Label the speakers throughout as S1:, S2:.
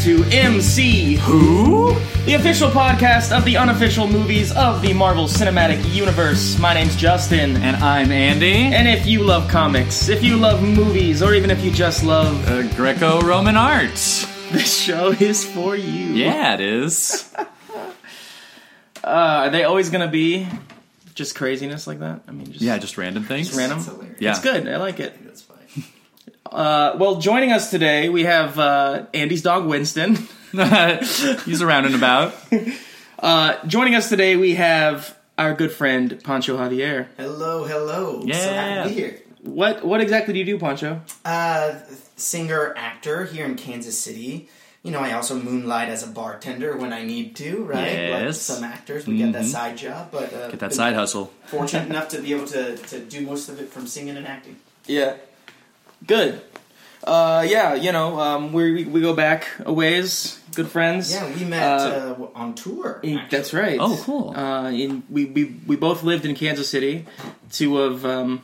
S1: to MC Who, the official podcast of the unofficial movies of the Marvel Cinematic Universe. My name's Justin.
S2: And I'm Andy,
S1: And if you love comics, if you love movies, or even if you just love
S2: uh, Greco Roman art.
S1: this show is for you.
S2: Yeah, it is.
S1: Uh, are they always going to be just craziness like that? I mean, just,
S2: Yeah, just random things.
S1: just random?
S3: That's hilarious.
S2: Yeah.
S1: It's good. I like it.
S3: That's fine.
S1: Uh, well, joining us today, we have uh, Andy's dog, Winston.
S2: He's around and about.
S1: Uh, joining us today, we have our good friend, Pancho Javier.
S3: Hello, hello. So
S2: Yeah.
S3: happy to be here.
S1: What what exactly do you do, Pancho?
S3: Uh, singer, actor here in Kansas City. You know, I also moonlight as a bartender when I need to, right? Like
S2: Yes. Mm-hmm.
S3: some actors, we get that side job, but uh,
S2: Get that
S3: been
S2: side hustle.
S3: fortunate enough to be able to, to do most of it from singing and acting.
S1: Yeah. Good. Uh, yeah, you know, um, we, we we go back a ways, good friends.
S3: Yeah, we met
S1: Uh,
S3: uh, w on tour.
S1: in-
S3: actually.
S1: that's right.
S2: Oh, cool.
S1: Uh, in, we, we we both lived in Kansas City, two of um,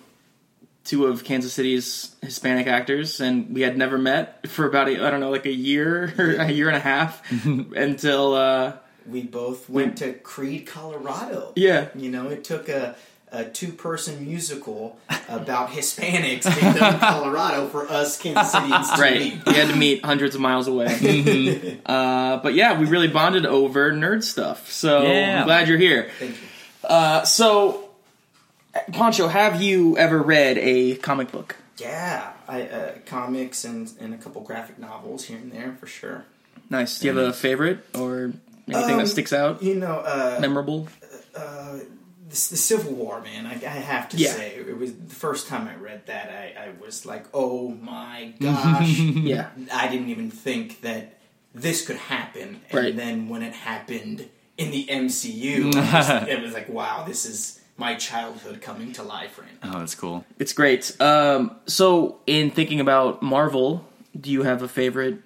S1: two of Kansas City's Hispanic actors, and we had never met for about a, I don't know like a year or a year and a half until uh,
S3: We both went to Creed, Colorado.
S1: yeah.
S3: You know, it took a, a two person musical about Hispanics in Denver, Colorado for us Kansas Cityans to
S1: Right,
S3: meet.
S1: we had to meet hundreds of miles away.
S2: Mm-hmm.
S1: uh, but yeah, we really bonded over nerd stuff. So
S2: Yeah.
S1: I'm glad you're here.
S3: Thank you.
S1: Uh, so, Poncho, have you ever read a comic book?
S3: Yeah, I uh, comics and and a couple graphic novels here and there for sure.
S1: Nice. Do you have a favorite or anything
S3: Um,
S1: that sticks out?
S3: You know, uh,
S1: Memorable?
S3: uh, the, the Civil War, man. I, I have to
S1: Yeah.
S3: say, it was the first time I read that. I, I was like, oh my gosh,
S1: Yeah.
S3: I didn't even think that this could happen. And
S1: Right.
S3: then when it happened in the MCU, I was- it was like, wow, this is my childhood coming to life right now.
S2: Oh, that's cool.
S1: It's great. Um, so, in thinking about Marvel, do you have a favorite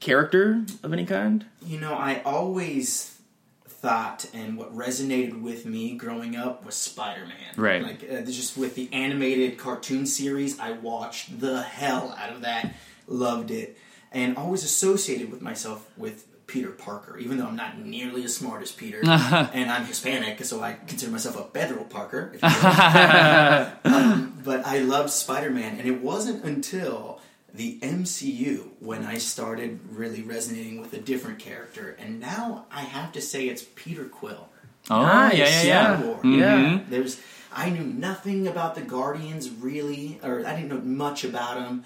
S1: character of any kind?
S3: You know, I always thought and what resonated with me growing up was Spider-Man.
S2: Right.
S3: Like uh, just with the animated cartoon series, I watched the hell out of that, loved it, and always associated with myself with Peter Parker, even though I'm not nearly as smart as Peter, and I'm Hispanic, so I consider myself a federal Parker. if you will. um, but I loved Spider-Man, and it wasn't until the MCU when I started really resonating with a different character, and now I have to say it's Peter Quill.
S2: Oh,
S1: Nice,
S2: yeah, yeah,
S3: Civil
S2: yeah. Mm-hmm.
S3: War.
S1: Yeah.
S3: There's I knew nothing about the Guardians really, or I didn't know much about them.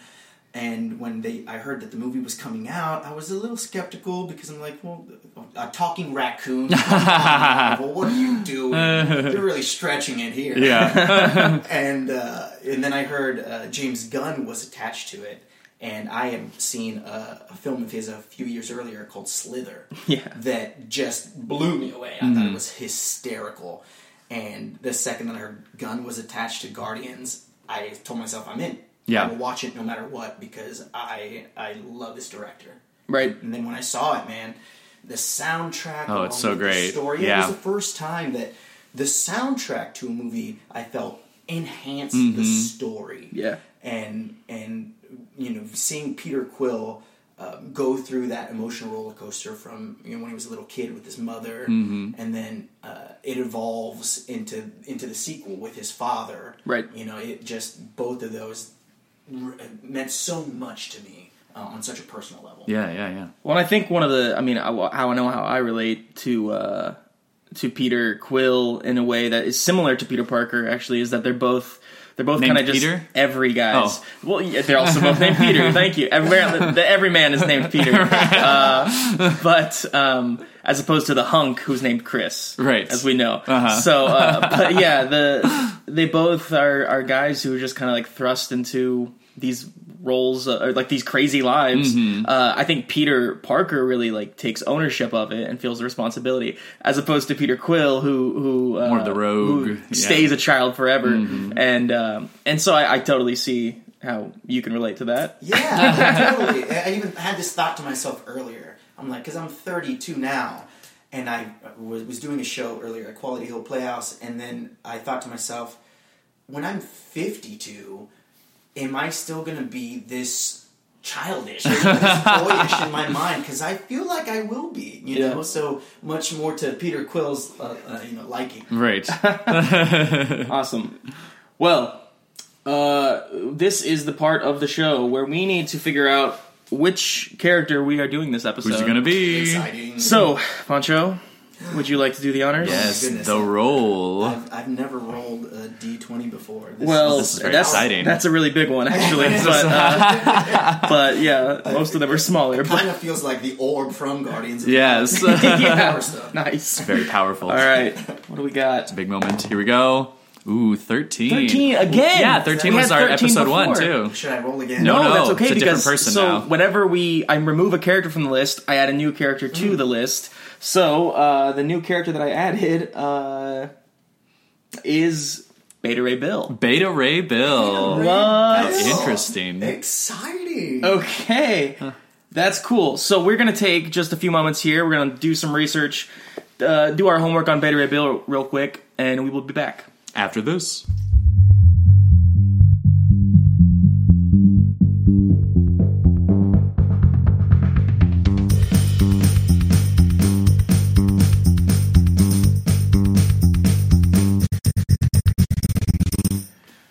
S3: And when they, I heard that the movie was coming out, I was a little skeptical because I'm like, well, a talking raccoon. well, what are you doing? You're really stretching it here.
S2: Yeah.
S3: And uh, and then I heard uh, James Gunn was attached to it, and I had seen a, a film of his a few years earlier called Slither.
S1: Yeah.
S3: That just blew me away. I thought it was hysterical. And the second that I heard Gunn was attached to Guardians, I told myself I'm in.
S2: Yeah.
S3: I will watch it no matter what because I I love this director.
S1: Right.
S3: And then when I saw it, man, the soundtrack.
S2: Oh,
S3: along
S2: it's so
S3: with the
S2: great.
S3: Story.
S2: Yeah.
S3: It was the first time that the soundtrack to a movie I felt enhanced
S2: Mm-hmm.
S3: the story.
S1: Yeah.
S3: And and you know, seeing Peter Quill. Uh, go through that emotional roller coaster from you know when he was a little kid with his mother,
S2: Mm-hmm.
S3: and then uh, it evolves into into the sequel with his father.
S1: Right.
S3: You know, it just both of those r- meant so much to me uh, on such a personal level.
S2: Yeah, yeah, yeah.
S1: Well, I think one of the, I mean, I, how I know how I relate to uh, to Peter Quill in a way that is similar to Peter Parker. Actually, is that they're both they're both
S2: Named
S1: kind of just
S2: Peter?
S1: every guys.
S2: Oh.
S1: Well, yeah, they're also both named Peter. Thank you. Everywhere, the, the every man is named Peter, uh, but um, as opposed to the hunk who's named Chris,
S2: Right. Uh-huh.
S1: As we know. So, uh, but yeah, the they both are are guys who are just kind of like thrust into these roles uh, or like these crazy lives.
S2: Mm-hmm.
S1: Uh, I think Peter Parker really like takes ownership of it and feels the responsibility, as opposed to Peter Quill, who who uh,
S2: More of the rogue,
S1: who
S2: yeah. Mm-hmm.
S1: stays a child forever, and um, and so I, I totally see how you can relate to that.
S3: Yeah, totally. I I even had this thought to myself earlier. I'm like, because I'm 32 now, and I was, was doing a show earlier at Quality Hill Playhouse, and then I thought to myself, when I'm 52, am I still going to be this childish, or even just boyish in my mind because I feel like I will be, you
S1: Yeah.
S3: know. So much more to Peter Quill's, uh, uh, you know, liking.
S2: Right.
S1: Awesome. Well, uh, this is the part of the show where we need to figure out which character we are doing this episode.
S2: Who's it gonna be?
S3: Exciting.
S1: So, Pancho, would you like to do the honors?
S2: Yes,
S3: goodness.
S2: the role.
S3: I've, I've never rolled a D twenty before. This
S1: Well,
S2: This is very
S1: that's,
S2: exciting.
S1: That's a really big one, actually. but, uh, but yeah, most of them are smaller. But
S3: kind of feels like the orb from Guardians. Of
S2: Yes.
S3: the Galaxy.
S1: Yeah.
S3: Power stuff.
S1: nice.
S2: Very powerful.
S1: All right, what do we got?
S2: Big moment. Here we go. Ooh, 13.
S1: Thirteen again.
S2: Yeah, 13
S1: We
S2: was
S1: had
S2: our
S1: 13
S2: episode one,
S1: before.
S2: too.
S3: Should I roll again?
S2: No,
S1: No,
S2: no,
S1: that's okay
S2: it's a different
S1: because
S2: person
S1: so
S2: now.
S1: whenever we I remove a character from the list, I add a new character
S2: Mm.
S1: to the list. So uh, the new character that I added uh, is Beta Ray Bill.
S2: Beta Ray Bill.
S1: What?
S3: That's
S2: Interesting.
S3: Exciting.
S1: Oh. Okay. That's cool. So we're gonna take just a few moments here. We're gonna do some research, uh, do our homework on Beta Ray Bill real quick, and we will be back.
S2: After this.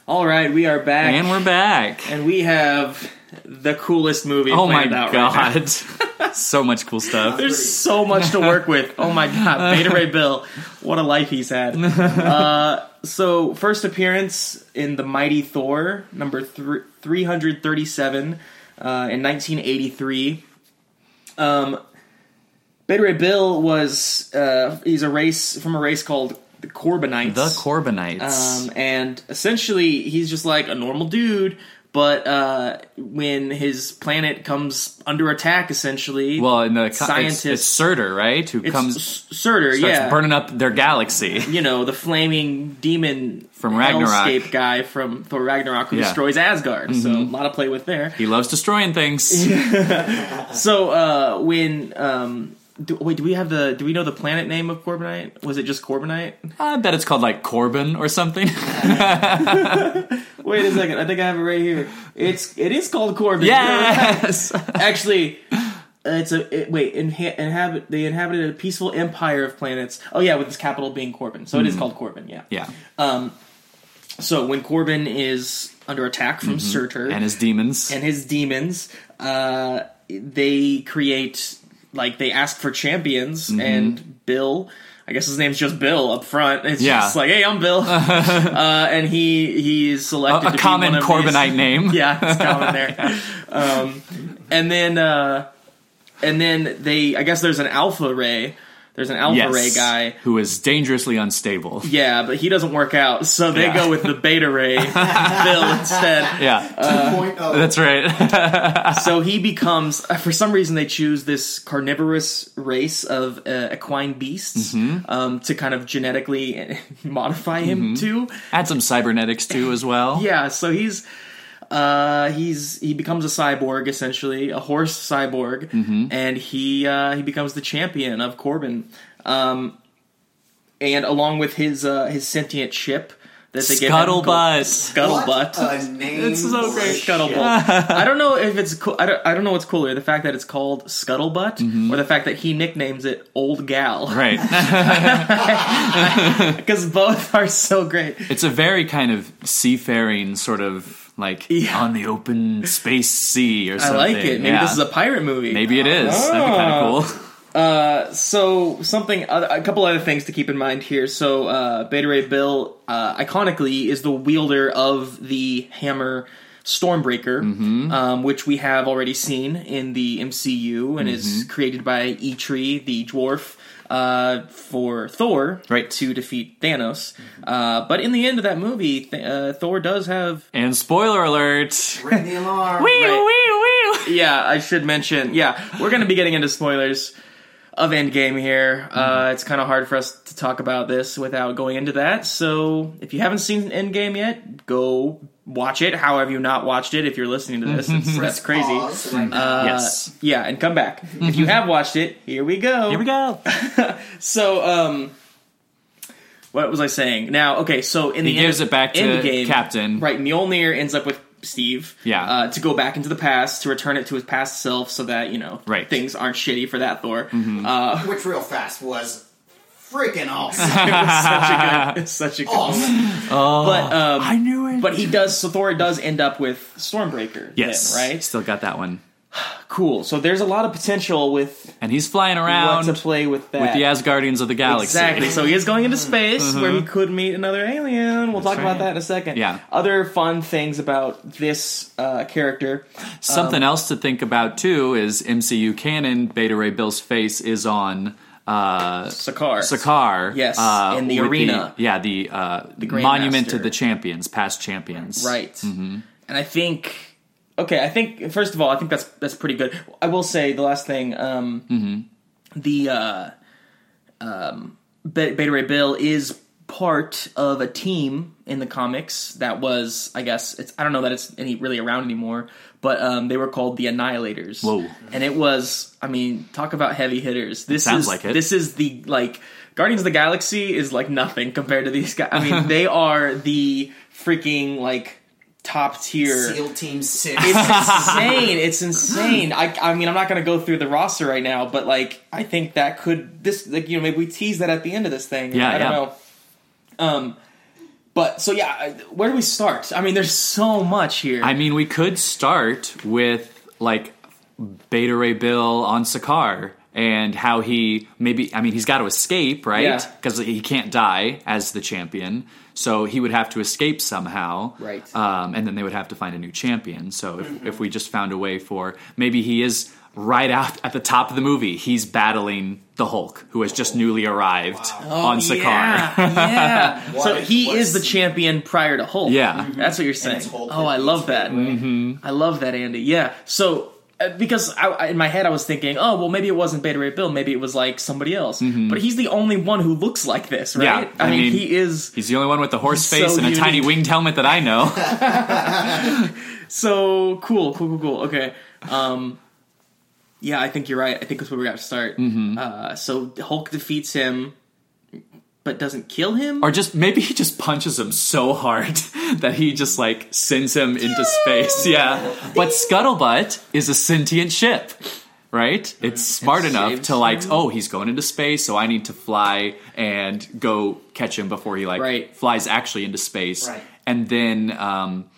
S1: All right, we are back,
S2: And we're back.
S1: And we have the coolest movie.
S2: Oh my
S1: planned out right now.
S2: god. so much cool stuff.
S1: There's so much to work with. Oh my god, Beta Ray Bill, what a life he's had. Uh, so first appearance in the Mighty Thor number thr 337 uh, in 1983. Um, Beta Ray Bill was uh, he's a race from a race called the Corbinites.
S2: the Corbinites.
S1: Um, and essentially, he's just like a normal dude. But uh, when his planet comes under attack, essentially,
S2: well, in the
S1: scientists-
S2: scientist, it's, it's Surtur, right? Who
S1: it's
S2: comes
S1: S- Surtur,
S2: starts
S1: yeah,
S2: burning up their galaxy.
S1: you know the flaming demon
S2: From Ragnarok.
S1: hellscape guy from Thor Ragnarok who
S2: Yeah. Mm-hmm.
S1: destroys Asgard. So a lot of play with there.
S2: He loves destroying things.
S1: So uh, when um, do, wait, do we have the do we know the planet name of Corbinite? Was it just Corbinite?
S2: I bet it's called like Corbin or something.
S1: Wait a second, I think I have it right here. It's it is called Corbin.
S2: yes.
S1: actually uh, it's a it, wait inha- inhabit they inhabited a peaceful empire of planets oh yeah with its capital being corbin so it
S2: Mm-hmm.
S1: is called corbin yeah
S2: yeah.
S1: so when corbin is under attack from surtur
S2: Mm-hmm. And his demons.
S1: and his demons uh they create like they ask for champions
S2: Mm-hmm.
S1: and bill I guess his name's just Bill up front. It's
S2: Yeah.
S1: just like, hey, I'm Bill, uh, and he he is selected
S2: a
S1: to be
S2: common
S1: one of these-
S2: Corbinite name.
S1: yeah, it's down there. Um, and then, uh, and then they, I guess there's an alpha ray. There's an alpha
S2: Yes.
S1: ray guy.
S2: Who is dangerously unstable.
S1: Yeah, but he doesn't work out, so they
S2: Yeah.
S1: go with the beta ray Bill instead.
S2: Yeah.
S3: Point oh.
S2: that's right.
S1: So he becomes, uh, for some reason, they choose this carnivorous race of uh, equine beasts um, to kind of genetically modify him to.
S2: Add some cybernetics too as well.
S1: Yeah, so he's uh he's he becomes a cyborg essentially, a horse cyborg, and he uh he becomes the champion of Corbin. Um and along with his uh his sentient ship that they give him called
S2: Scuttlebutt.
S3: What
S1: Scuttlebutt.
S3: a name
S2: It's so
S3: for
S2: great.
S3: shit.
S1: Scuttlebutt. Oh, I don't know if it's cool. I don't, I don't know what's cooler, the fact that it's called Scuttlebutt or the fact that he nicknames it Old Gal.
S2: Mm-hmm. Right.
S1: Because both are so great.
S2: It's a very kind of seafaring sort of like
S1: Yeah.
S2: on the open space sea or
S1: I
S2: something.
S1: like it. Maybe
S2: Yeah.
S1: this is a Ah. pirate movie.
S2: Maybe it is. That'd be kind of cool.
S1: so something other, a couple other things to keep in mind here so uh beta ray bill uh iconically is the wielder of the hammer stormbreaker um, which we have already seen in the mcu and is created by eitri the dwarf uh, for Thor,
S2: Right.
S1: to defeat Thanos, uh, but in the end of that movie, Th- uh, Thor does have
S2: And spoiler alert.
S3: Ring the alarm.
S2: Wee, wee, wee.
S1: yeah, I should mention. Yeah, we're going to be getting into spoilers of Endgame here.
S2: Mm-hmm.
S1: Uh, it's kind of hard for us to talk about this without going into that. So if you haven't seen Endgame yet, go watch it. However, you not watched it, if you're listening to this,
S2: Mm-hmm.
S1: it's, that's crazy.
S3: Pause right now.
S1: Uh,
S2: Yes.
S1: Yeah, and come back. If you have watched it, here we go.
S2: Mm-hmm. Here we go.
S1: So, um, what was I saying? Now, okay, so in
S2: He
S1: the end,
S2: gives it back to
S1: Endgame,
S2: Captain.
S1: right? Mjolnir ends up with Steve.
S2: Yeah.
S1: Uh, to go back into the past to return it to his past self, so that you know
S2: Right. Mm-hmm.
S1: things aren't shitty for that Thor. Uh,
S3: Which real fast was freaking awesome.
S1: it was such a good, it's such a good.
S3: awesome.
S1: But um,
S2: I knew it.
S1: But he does. So Thor does end up with Stormbreaker.
S2: yes,
S1: Then, right.
S2: Still got that one,
S1: Cool. So there's a lot of potential with
S2: and he's flying
S1: what
S2: around
S1: to
S2: with
S1: play with that.
S2: the Asgardians of the Galaxy. Mm-hmm.
S1: Exactly. So he is going into space where he could meet another alien. We'll talk about
S2: right.
S1: that in a second.
S2: Yeah.
S1: Other fun things about this uh, character.
S2: Something
S1: Um,
S2: else to think about too is MCU canon. Beta Ray Bill's face is on uh,
S1: Sakaar.
S2: Sakaar.
S1: Yes,
S2: uh,
S1: in the
S2: with
S1: arena.
S2: yeah, the uh,
S1: Grand
S2: monument
S1: Master.
S2: to the champions, past champions.
S1: Right. And I think okay, I think first of all, I think that's that's pretty good. I will say the last thing, um the uh um Be- Beta Ray Bill is part of a team in the comics that was I guess it's I don't know that it's any really around anymore, but um they were called the Annihilators.
S2: Whoa.
S1: And it was I mean, talk about heavy hitters. This
S2: sounds
S1: is
S2: like it.
S1: this this is the like Guardians of the Galaxy is like nothing compared to these guys. I mean, they are the freaking like top tier.
S3: SEAL Team Six.
S1: It's insane. It's insane. I, I mean, I'm not going to go through the roster right now, but like, I think that could this like you know maybe we tease that at the end of this thing.
S2: Yeah,
S1: I don't
S2: yeah.
S1: know. Um, but so yeah, I- where do we start? I mean, there's so much here.
S2: I mean, we could start with like Beta Ray Bill on Sakaar and how he maybe. I mean, he's got to escape, right?
S1: Yeah.
S2: Because he can't die as the champion, so he would have to escape somehow,
S1: Right.
S2: Um, and then they would have to find a new champion. So if, if we just found a way for maybe he is right out at the top of the movie, he's battling the Hulk, who has just newly arrived on
S1: Oh,
S2: Sakaar.
S1: Yeah, yeah. so
S3: What-
S1: he
S3: what
S1: is the
S3: scene?
S1: champion prior to Hulk.
S2: Yeah. Mm-hmm. Mhm.
S1: that's what you're saying.
S3: it's Hulk
S1: Oh, I
S3: that
S1: love
S3: leads
S1: that.
S3: the way.
S1: I love that, Andy. Yeah. So uh, because I, I- in my head I was thinking, oh well, maybe it wasn't Beta Ray Bill, maybe it was like somebody else. But he's the only one who looks like this,
S2: Mm-hmm. Yeah,
S1: right? I,
S2: I
S1: mean,
S2: mean-
S1: he is.
S2: He's the only one with the horse
S1: He's
S2: face
S1: so
S2: and a tiny
S1: unique.
S2: winged helmet that I know.
S1: So cool, cool, cool, cool. Okay. Um, yeah, I think you're right. I think that's where we got to start.
S2: Mm-hmm.
S1: Uh, so Hulk defeats him, but doesn't kill him.
S2: or just maybe he just punches him so hard that he just like sends him into space. Yeah. But Scuttlebutt is a sentient ship, right? It's smart enough
S1: saves
S2: to like,
S1: him.
S2: oh, he's going into space, so I need to fly and go catch him before he like
S1: Right.
S2: flies actually into space.
S3: Right.
S2: And then um,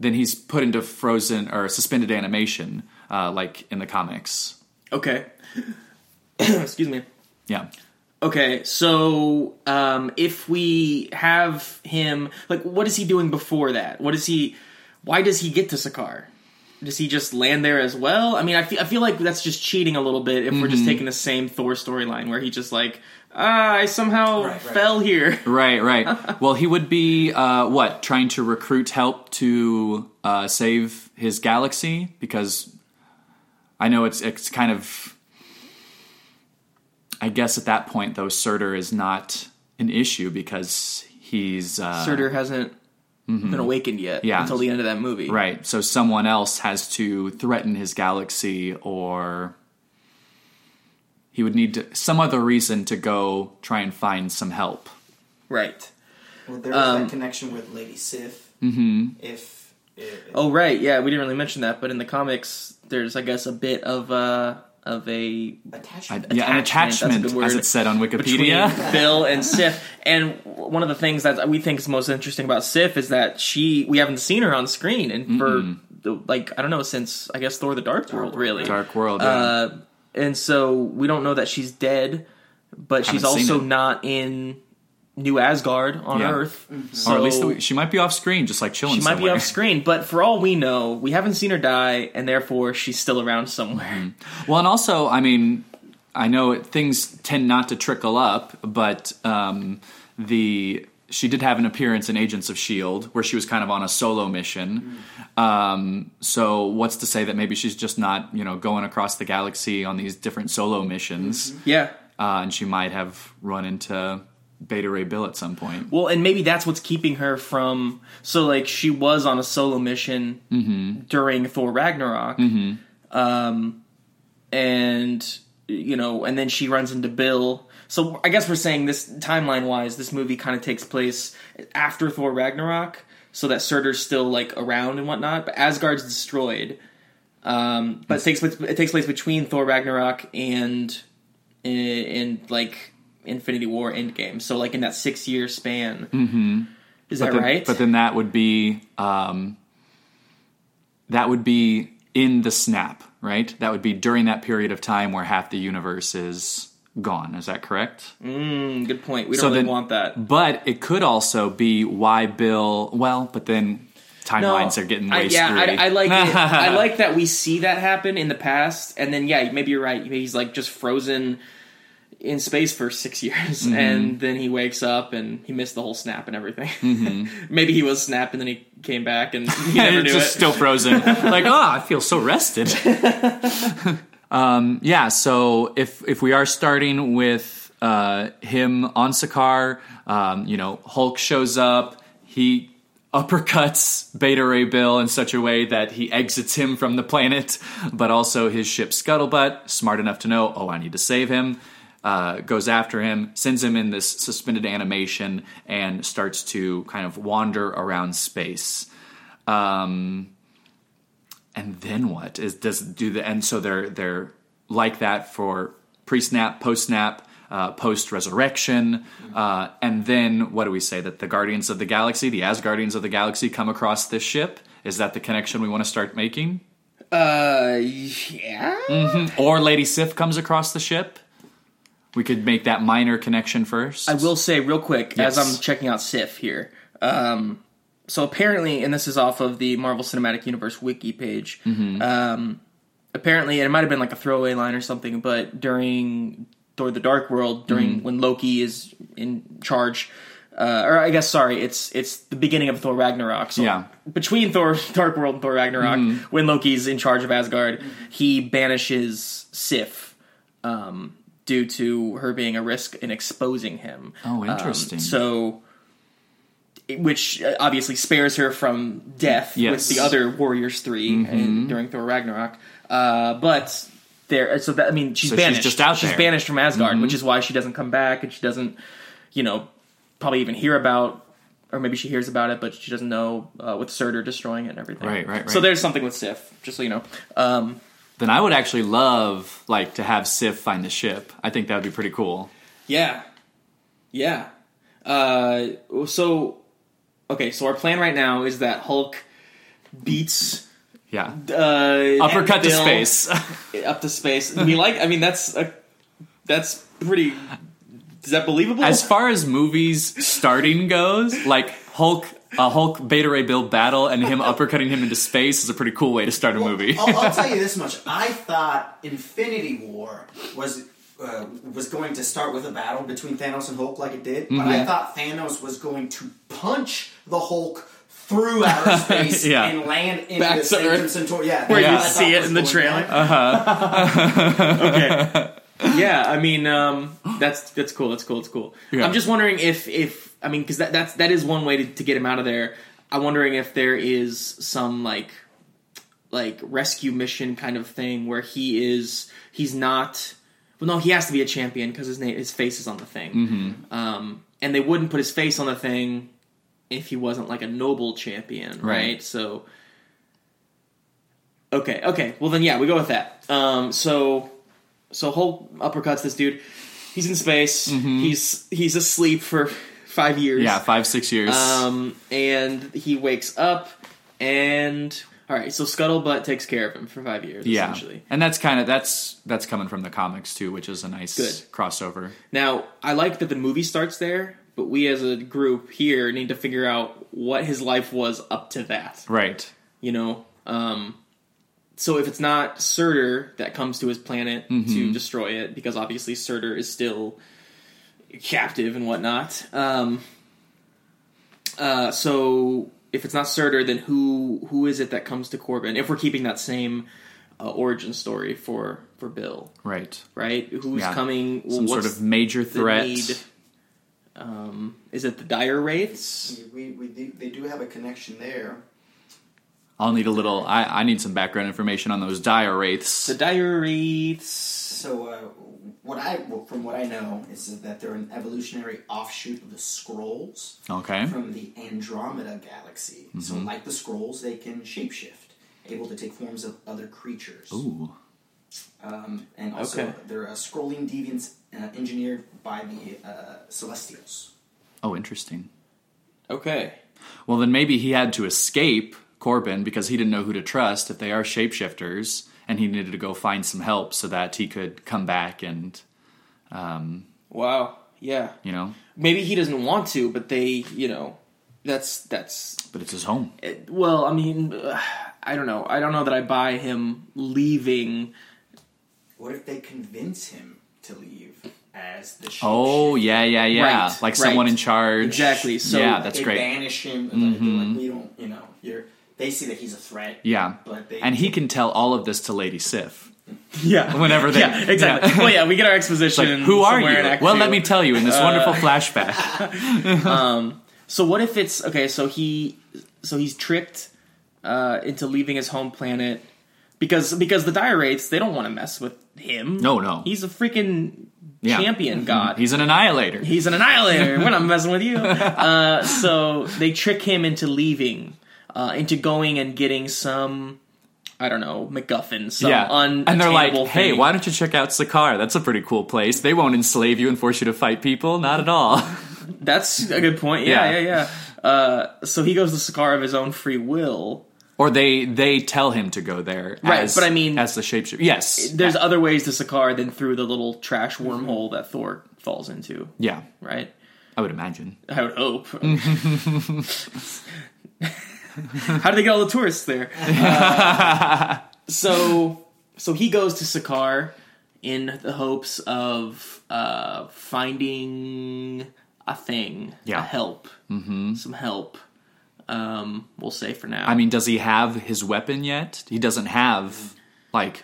S2: then he's put into frozen or suspended animation, uh, like in the comics.
S1: okay. Excuse me.
S2: Yeah.
S1: Okay, so um, if we have him, like, what is he doing before that? What is he? Why does he get to Sakaar? Does he just land there as well? I mean, I feel, I feel like that's just cheating a little bit if we're just taking the same Thor storyline where he just like, ah, I somehow
S3: Right, right.
S1: fell here.
S2: Right, right. well, he would be uh, what trying to recruit help to uh, save his galaxy because I know it's it's kind of. I guess at that point though, Surtur is not an issue because he's uh,
S1: Surtur hasn't
S3: Mm-hmm.
S1: been awakened yet
S2: Yeah.
S1: until the end of that movie.
S2: right. So someone else has to threaten his galaxy, or he would need to, some other reason to go try and find some help.
S1: Right.
S3: Well, there was that connection with Lady Sif. Mm-hmm. If, if
S1: Oh, right. Yeah, we didn't really mention that, but in the comics, there's, I guess, a bit of uh, of a
S3: attachment.
S2: yeah, an
S1: Attachment, that's a
S2: attachment,
S1: good
S2: as
S1: word.
S2: it said on
S1: between
S2: Wikipedia.
S1: Bill and Sif. And one of the things that we think is most interesting about Sif is that she we haven't seen her on screen and for the, like I don't know since I guess Thor: The Dark World really.
S2: Dark World. yeah.
S1: Uh, and so we don't know that she's dead, but she's
S2: Haven't seen
S1: also
S2: it.
S1: not in New Asgard on
S2: Yeah.
S1: Earth. So
S2: or at least the, she might be off screen, just like chilling.
S1: she might be
S2: somewhere.
S1: off screen, but for all we know, we haven't seen her die, and therefore she's still around somewhere.
S2: Mm-hmm. Well, and also, I mean, I know it, things tend not to trickle up, but um, the she did have an appearance in Agents of Shield, E where she was kind of on a solo mission. Um, so, what's to say that maybe she's just not, you know, going across the galaxy on these different solo missions,
S1: Yeah.
S2: uh, and she might have run into Beta Ray Bill at some point.
S1: Well, and maybe that's what's keeping her from. So, like, she was on a solo mission during Thor Ragnarok, um,
S2: Mm-hmm.
S1: and you know, and then she runs into Bill. So, I guess we're saying this timeline wise, this movie kind of takes place after Thor Ragnarok. so that Surtur's still like around and whatnot. But Asgard's destroyed. Um, but it takes place- it takes place between Thor Ragnarok and and, and like Infinity War Endgame. So like in that six year span. Mm-hmm. Is that
S2: but then,
S1: right?
S2: But then that would be um, that would be in the snap, right? That would be during that period of time where half the universe is gone. Is that correct?
S1: Mm, good point. We don't
S2: So
S1: really
S2: then-
S1: want that.
S2: But it could also be why Bill. Well, but then timelines are getting way
S1: I, yeah,
S2: screwy.
S1: I, I like it. I like that we see that happen in the past, and then yeah, maybe you're right. Maybe he's like just frozen in space for six years,
S2: Mm-hmm.
S1: and then he wakes up and he missed the whole snap and everything. maybe he was snapped, and then he came back and he never
S2: it's
S1: knew
S2: Mm-hmm. just
S1: it.
S2: still frozen. like, oh, I feel so rested. um, yeah. So if if we are starting with uh, him on Sakaar, um, you know, Hulk shows up. He uppercuts Beta Ray Bill in such a way that he exits him from the planet, but also his ship Scuttlebutt, smart enough to know, oh, I need to save him. Uh, goes after him, sends him in this suspended animation, and starts to kind of wander around space. Um, and then what is does do the and so they're they're like that for pre snap, post snap, uh, post resurrection,
S1: Mm-hmm.
S2: uh, and then what do we say that the Guardians of the Galaxy, the Asgardians of the Galaxy, come across this ship? Is that the connection we want to start making?
S1: Uh, yeah.
S2: Or Lady Sif comes across the ship? We could make that minor connection first.
S1: I will say real quick as
S2: Yes.
S1: I'm checking out Sif here. Um, so apparently, and this is off of the Marvel Cinematic Universe wiki page.
S2: Mm-hmm.
S1: Um, apparently, and it might have been like a throwaway line or something, but during Thor: The Dark World, during
S2: Mm-hmm.
S1: when Loki is in charge. Uh, or I guess sorry, it's it's the beginning of Thor Ragnarok. So
S2: Yeah. Mm-hmm.
S1: between Thor Dark World and Thor Ragnarok, when Loki's in charge of Asgard, he banishes Sif um, due to her being a risk in exposing him.
S2: Oh,
S1: Um,
S2: interesting.
S1: so, which uh, obviously spares her from death
S2: Yes. Mm-hmm.
S1: with the other Warriors 3 and, during Thor Ragnarok. Uh, but there, so that I mean, she's
S2: So she's
S1: banished.
S2: just out
S1: she's
S2: there. Mm-hmm.
S1: banished from Asgard, which is why she doesn't come back and she doesn't, you know, probably even hear about. Or maybe she hears about it, but she doesn't know uh, with Surtur destroying it and everything.
S2: Right, right,
S1: So
S2: right.
S1: there's something with Sif, just so you know. Um,
S2: then I would actually love like to have Sif find the ship. I think that would be pretty cool.
S1: Yeah. Yeah. Uh, so, okay, so our plan right now is that Hulk beats.
S2: Yeah.
S1: Uh,
S2: Uppercut to
S1: Bill
S2: space.
S1: Up to space. We like, I mean, that's a, that's pretty. Is that believable?
S2: as far as movies starting goes, like Hulk, a Hulk Beta Ray Bill battle and him uppercutting him into space is a pretty cool way to start a movie.
S3: I'll,
S1: oh,
S3: I'll tell you this much: I thought Infinity War was uh, was going to start with a battle between Thanos and Hulk, like it did, but
S1: Mm-hmm.
S3: I thought Thanos was going to punch the Hulk through outer space
S2: Yeah.
S3: and land in
S1: Back
S3: the
S1: to
S3: Sanctum
S1: Earth.
S3: Centaur. Yeah,
S1: Where
S3: that's
S2: you
S3: what I
S1: see
S3: thought
S1: it
S3: was
S1: in the trailer.
S3: going
S1: Uh.
S3: on.
S1: okay. Yeah, I mean, um, that's that's cool. That's cool. That's cool.
S2: Yeah.
S1: I'm just wondering if if I mean because that that's that is one way to, to get him out of there. I'm wondering if there is some like like rescue mission kind of thing where he is he's not well no he has to be a champion because his name his face is on the thing
S2: Mm-hmm.
S1: um, and they wouldn't put his face on the thing if he wasn't like a noble champion
S2: Right.
S1: right so Okay, okay. Well then yeah, we go with that. Um so so Hulk uppercuts this dude. He's in space. He's he's asleep for 5 years.
S2: Mm-hmm. yeah, five, six years.
S1: Um and he wakes up and all right, so Scuttlebutt takes care of him for 5 years
S2: yeah.
S1: essentially.
S2: And that's kind of, that's, that's coming from the comics too, which is a nice
S1: Good.
S2: crossover.
S1: Now, I like that the movie starts there, but we as a group here need to figure out what his life was up to that.
S2: Right.
S1: you know um so if it's not surtur that comes to his planet
S2: Mm-hmm.
S1: to destroy it because obviously surtur is still captive and whatnot um uh so if it's not surtur then who who is it that comes to corbin if we're keeping that same uh, origin story for for bill
S2: Right.
S1: right who's
S2: Yeah.
S1: coming
S2: Some
S1: what's
S2: sort of major
S1: the
S2: threat.
S1: need? um is it the dire wraiths
S3: We, we, do- they do have a connection there.
S2: I'll need a little, I, I need some background information on those dire wraiths.
S1: the dire wraiths
S3: So uh, what I well, from what I know is that they're an evolutionary offshoot of the Scrolls
S2: Okay.
S3: from the Andromeda galaxy. So,
S2: Mm-hmm.
S3: like the Scrolls, they can shapeshift, able to take forms of other creatures.
S2: Ooh.
S3: Um, and also,
S1: Okay.
S3: they're uh, scrolling deviants uh, engineered by the uh, Celestials.
S2: Oh, interesting.
S1: Okay.
S2: Well, then maybe he had to escape Corbin because he didn't know who to trust if they are shapeshifters, and he needed to go find some help so that he could come back and,
S1: Wow. Yeah.
S2: you know,
S1: Maybe he doesn't want to, but they, you know, that's that's
S2: but it's his home.
S1: it- well, I mean, ugh, I don't know. I don't know that I buy him leaving.
S3: What if they convince him to leave as the shapeshifter?
S2: Oh, yeah, yeah, yeah.
S1: Right,
S2: like someone
S1: right.
S2: in charge.
S1: Exactly, so
S2: yeah, that's
S3: they
S2: great. Mm-hmm.
S3: banish him. and they're like, we don't, you know, you're. They see that he's a threat.
S2: yeah.
S3: but they
S2: and he can tell all of this to Lady Sif.
S1: Yeah.
S2: Whenever they-
S1: Yeah, exactly.
S2: yeah.
S1: Well, yeah, we get our
S2: It's
S1: exposition.
S2: like, who are you?
S1: somewhere in Act
S2: Well,
S1: Two. Uh,
S2: let me tell you in this wonderful flashback.
S1: So what if it's okay? So he, so he's tricked uh, into leaving his home planet because because the Diorates they don't want to mess with him.
S2: No, no.
S1: he's a freaking
S2: Yeah. Mm-hmm.
S1: champion god.
S2: He's an annihilator.
S1: He's an annihilator. We're not messing with you. Uh, so they trick him into leaving, uh, into going and getting some, I don't know, MacGuffin. Some
S2: yeah, and they're like,
S1: unattainable
S2: "Hey,
S1: thing.
S2: why don't you check out Sakar? That's a pretty cool place. They won't enslave you and force you to fight people. Not at all."
S1: That's a good point. Yeah,
S2: Yeah.
S1: yeah, yeah. Uh, so he goes to Sakaar of his own free will.
S2: or they they tell him to go there.
S1: Right,
S2: as-
S1: but I mean-
S2: as the shapeshifter. Yes,
S1: There's other ways to Sakaar than through the little trash wormhole that Thor falls into,
S2: yeah.
S1: right?
S2: I would imagine.
S1: I would hope. How did they get all the tourists there? Uh, so, so he goes to Sakar in the hopes of uh, finding a thing,
S2: Yeah. Mm-hmm.
S1: a help, some help. Um, we'll say for now.
S2: I mean, does he have his weapon yet? He doesn't have like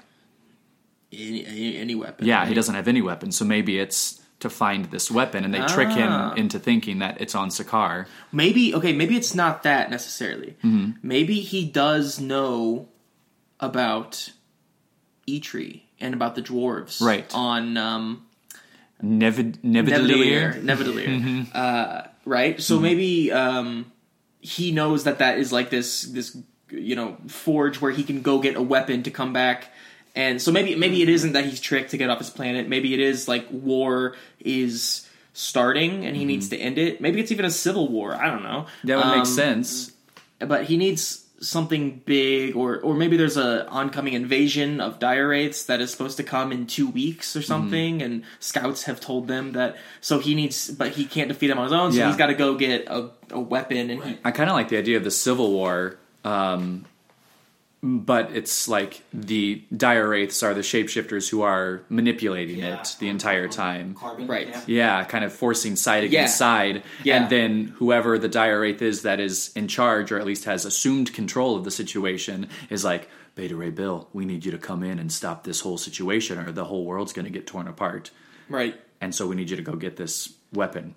S1: any, any, any weapon.
S2: yeah, he doesn't have any weapon. So maybe it's to find this weapon, and they trick
S1: Ah.
S2: him into thinking that it's on Sakar.
S1: Maybe okay. Maybe it's not that necessarily.
S2: Mm-hmm.
S1: Maybe he does know about Eitri and about the dwarves,
S2: Right.
S1: On um,
S2: Nevid
S1: Nevidalier,
S2: Nevidalier.
S1: Nevidalier,
S2: Mm-hmm.
S1: uh, right? So maybe um, he knows that that is like this this you know forge where he can go get a weapon to come back. And so maybe maybe it isn't that he's tricked to get off his planet. Maybe it is like war is starting and he needs to end it. Maybe it's even a civil war. I don't know.
S2: Mm-hmm. That would
S1: Um,
S2: make sense.
S1: but he needs something big or or maybe there's a oncoming invasion of diorates that is supposed to come in 2 weeks or
S2: Mm-hmm.
S1: something and scouts have told them that so he needs but he can't defeat them on his own so
S2: Yeah.
S1: he's got to go get a, a weapon and he,
S2: I kind of like the idea of the Civil War, um, but it's like the dire wraiths are the shapeshifters who are manipulating
S3: Yeah.
S2: it the entire time.
S3: Carbon,
S1: Right.
S3: Yeah.
S2: Yeah, kind of forcing side
S1: Yeah.
S2: against side,
S1: Yeah.
S2: and then whoever the dire wraith is that is in charge or at least has assumed control of the situation is like. Beta Ray Bill, we need you to come in and stop this whole situation, or the whole world's going to get torn apart.
S1: right
S2: And so we need you to go get this weapon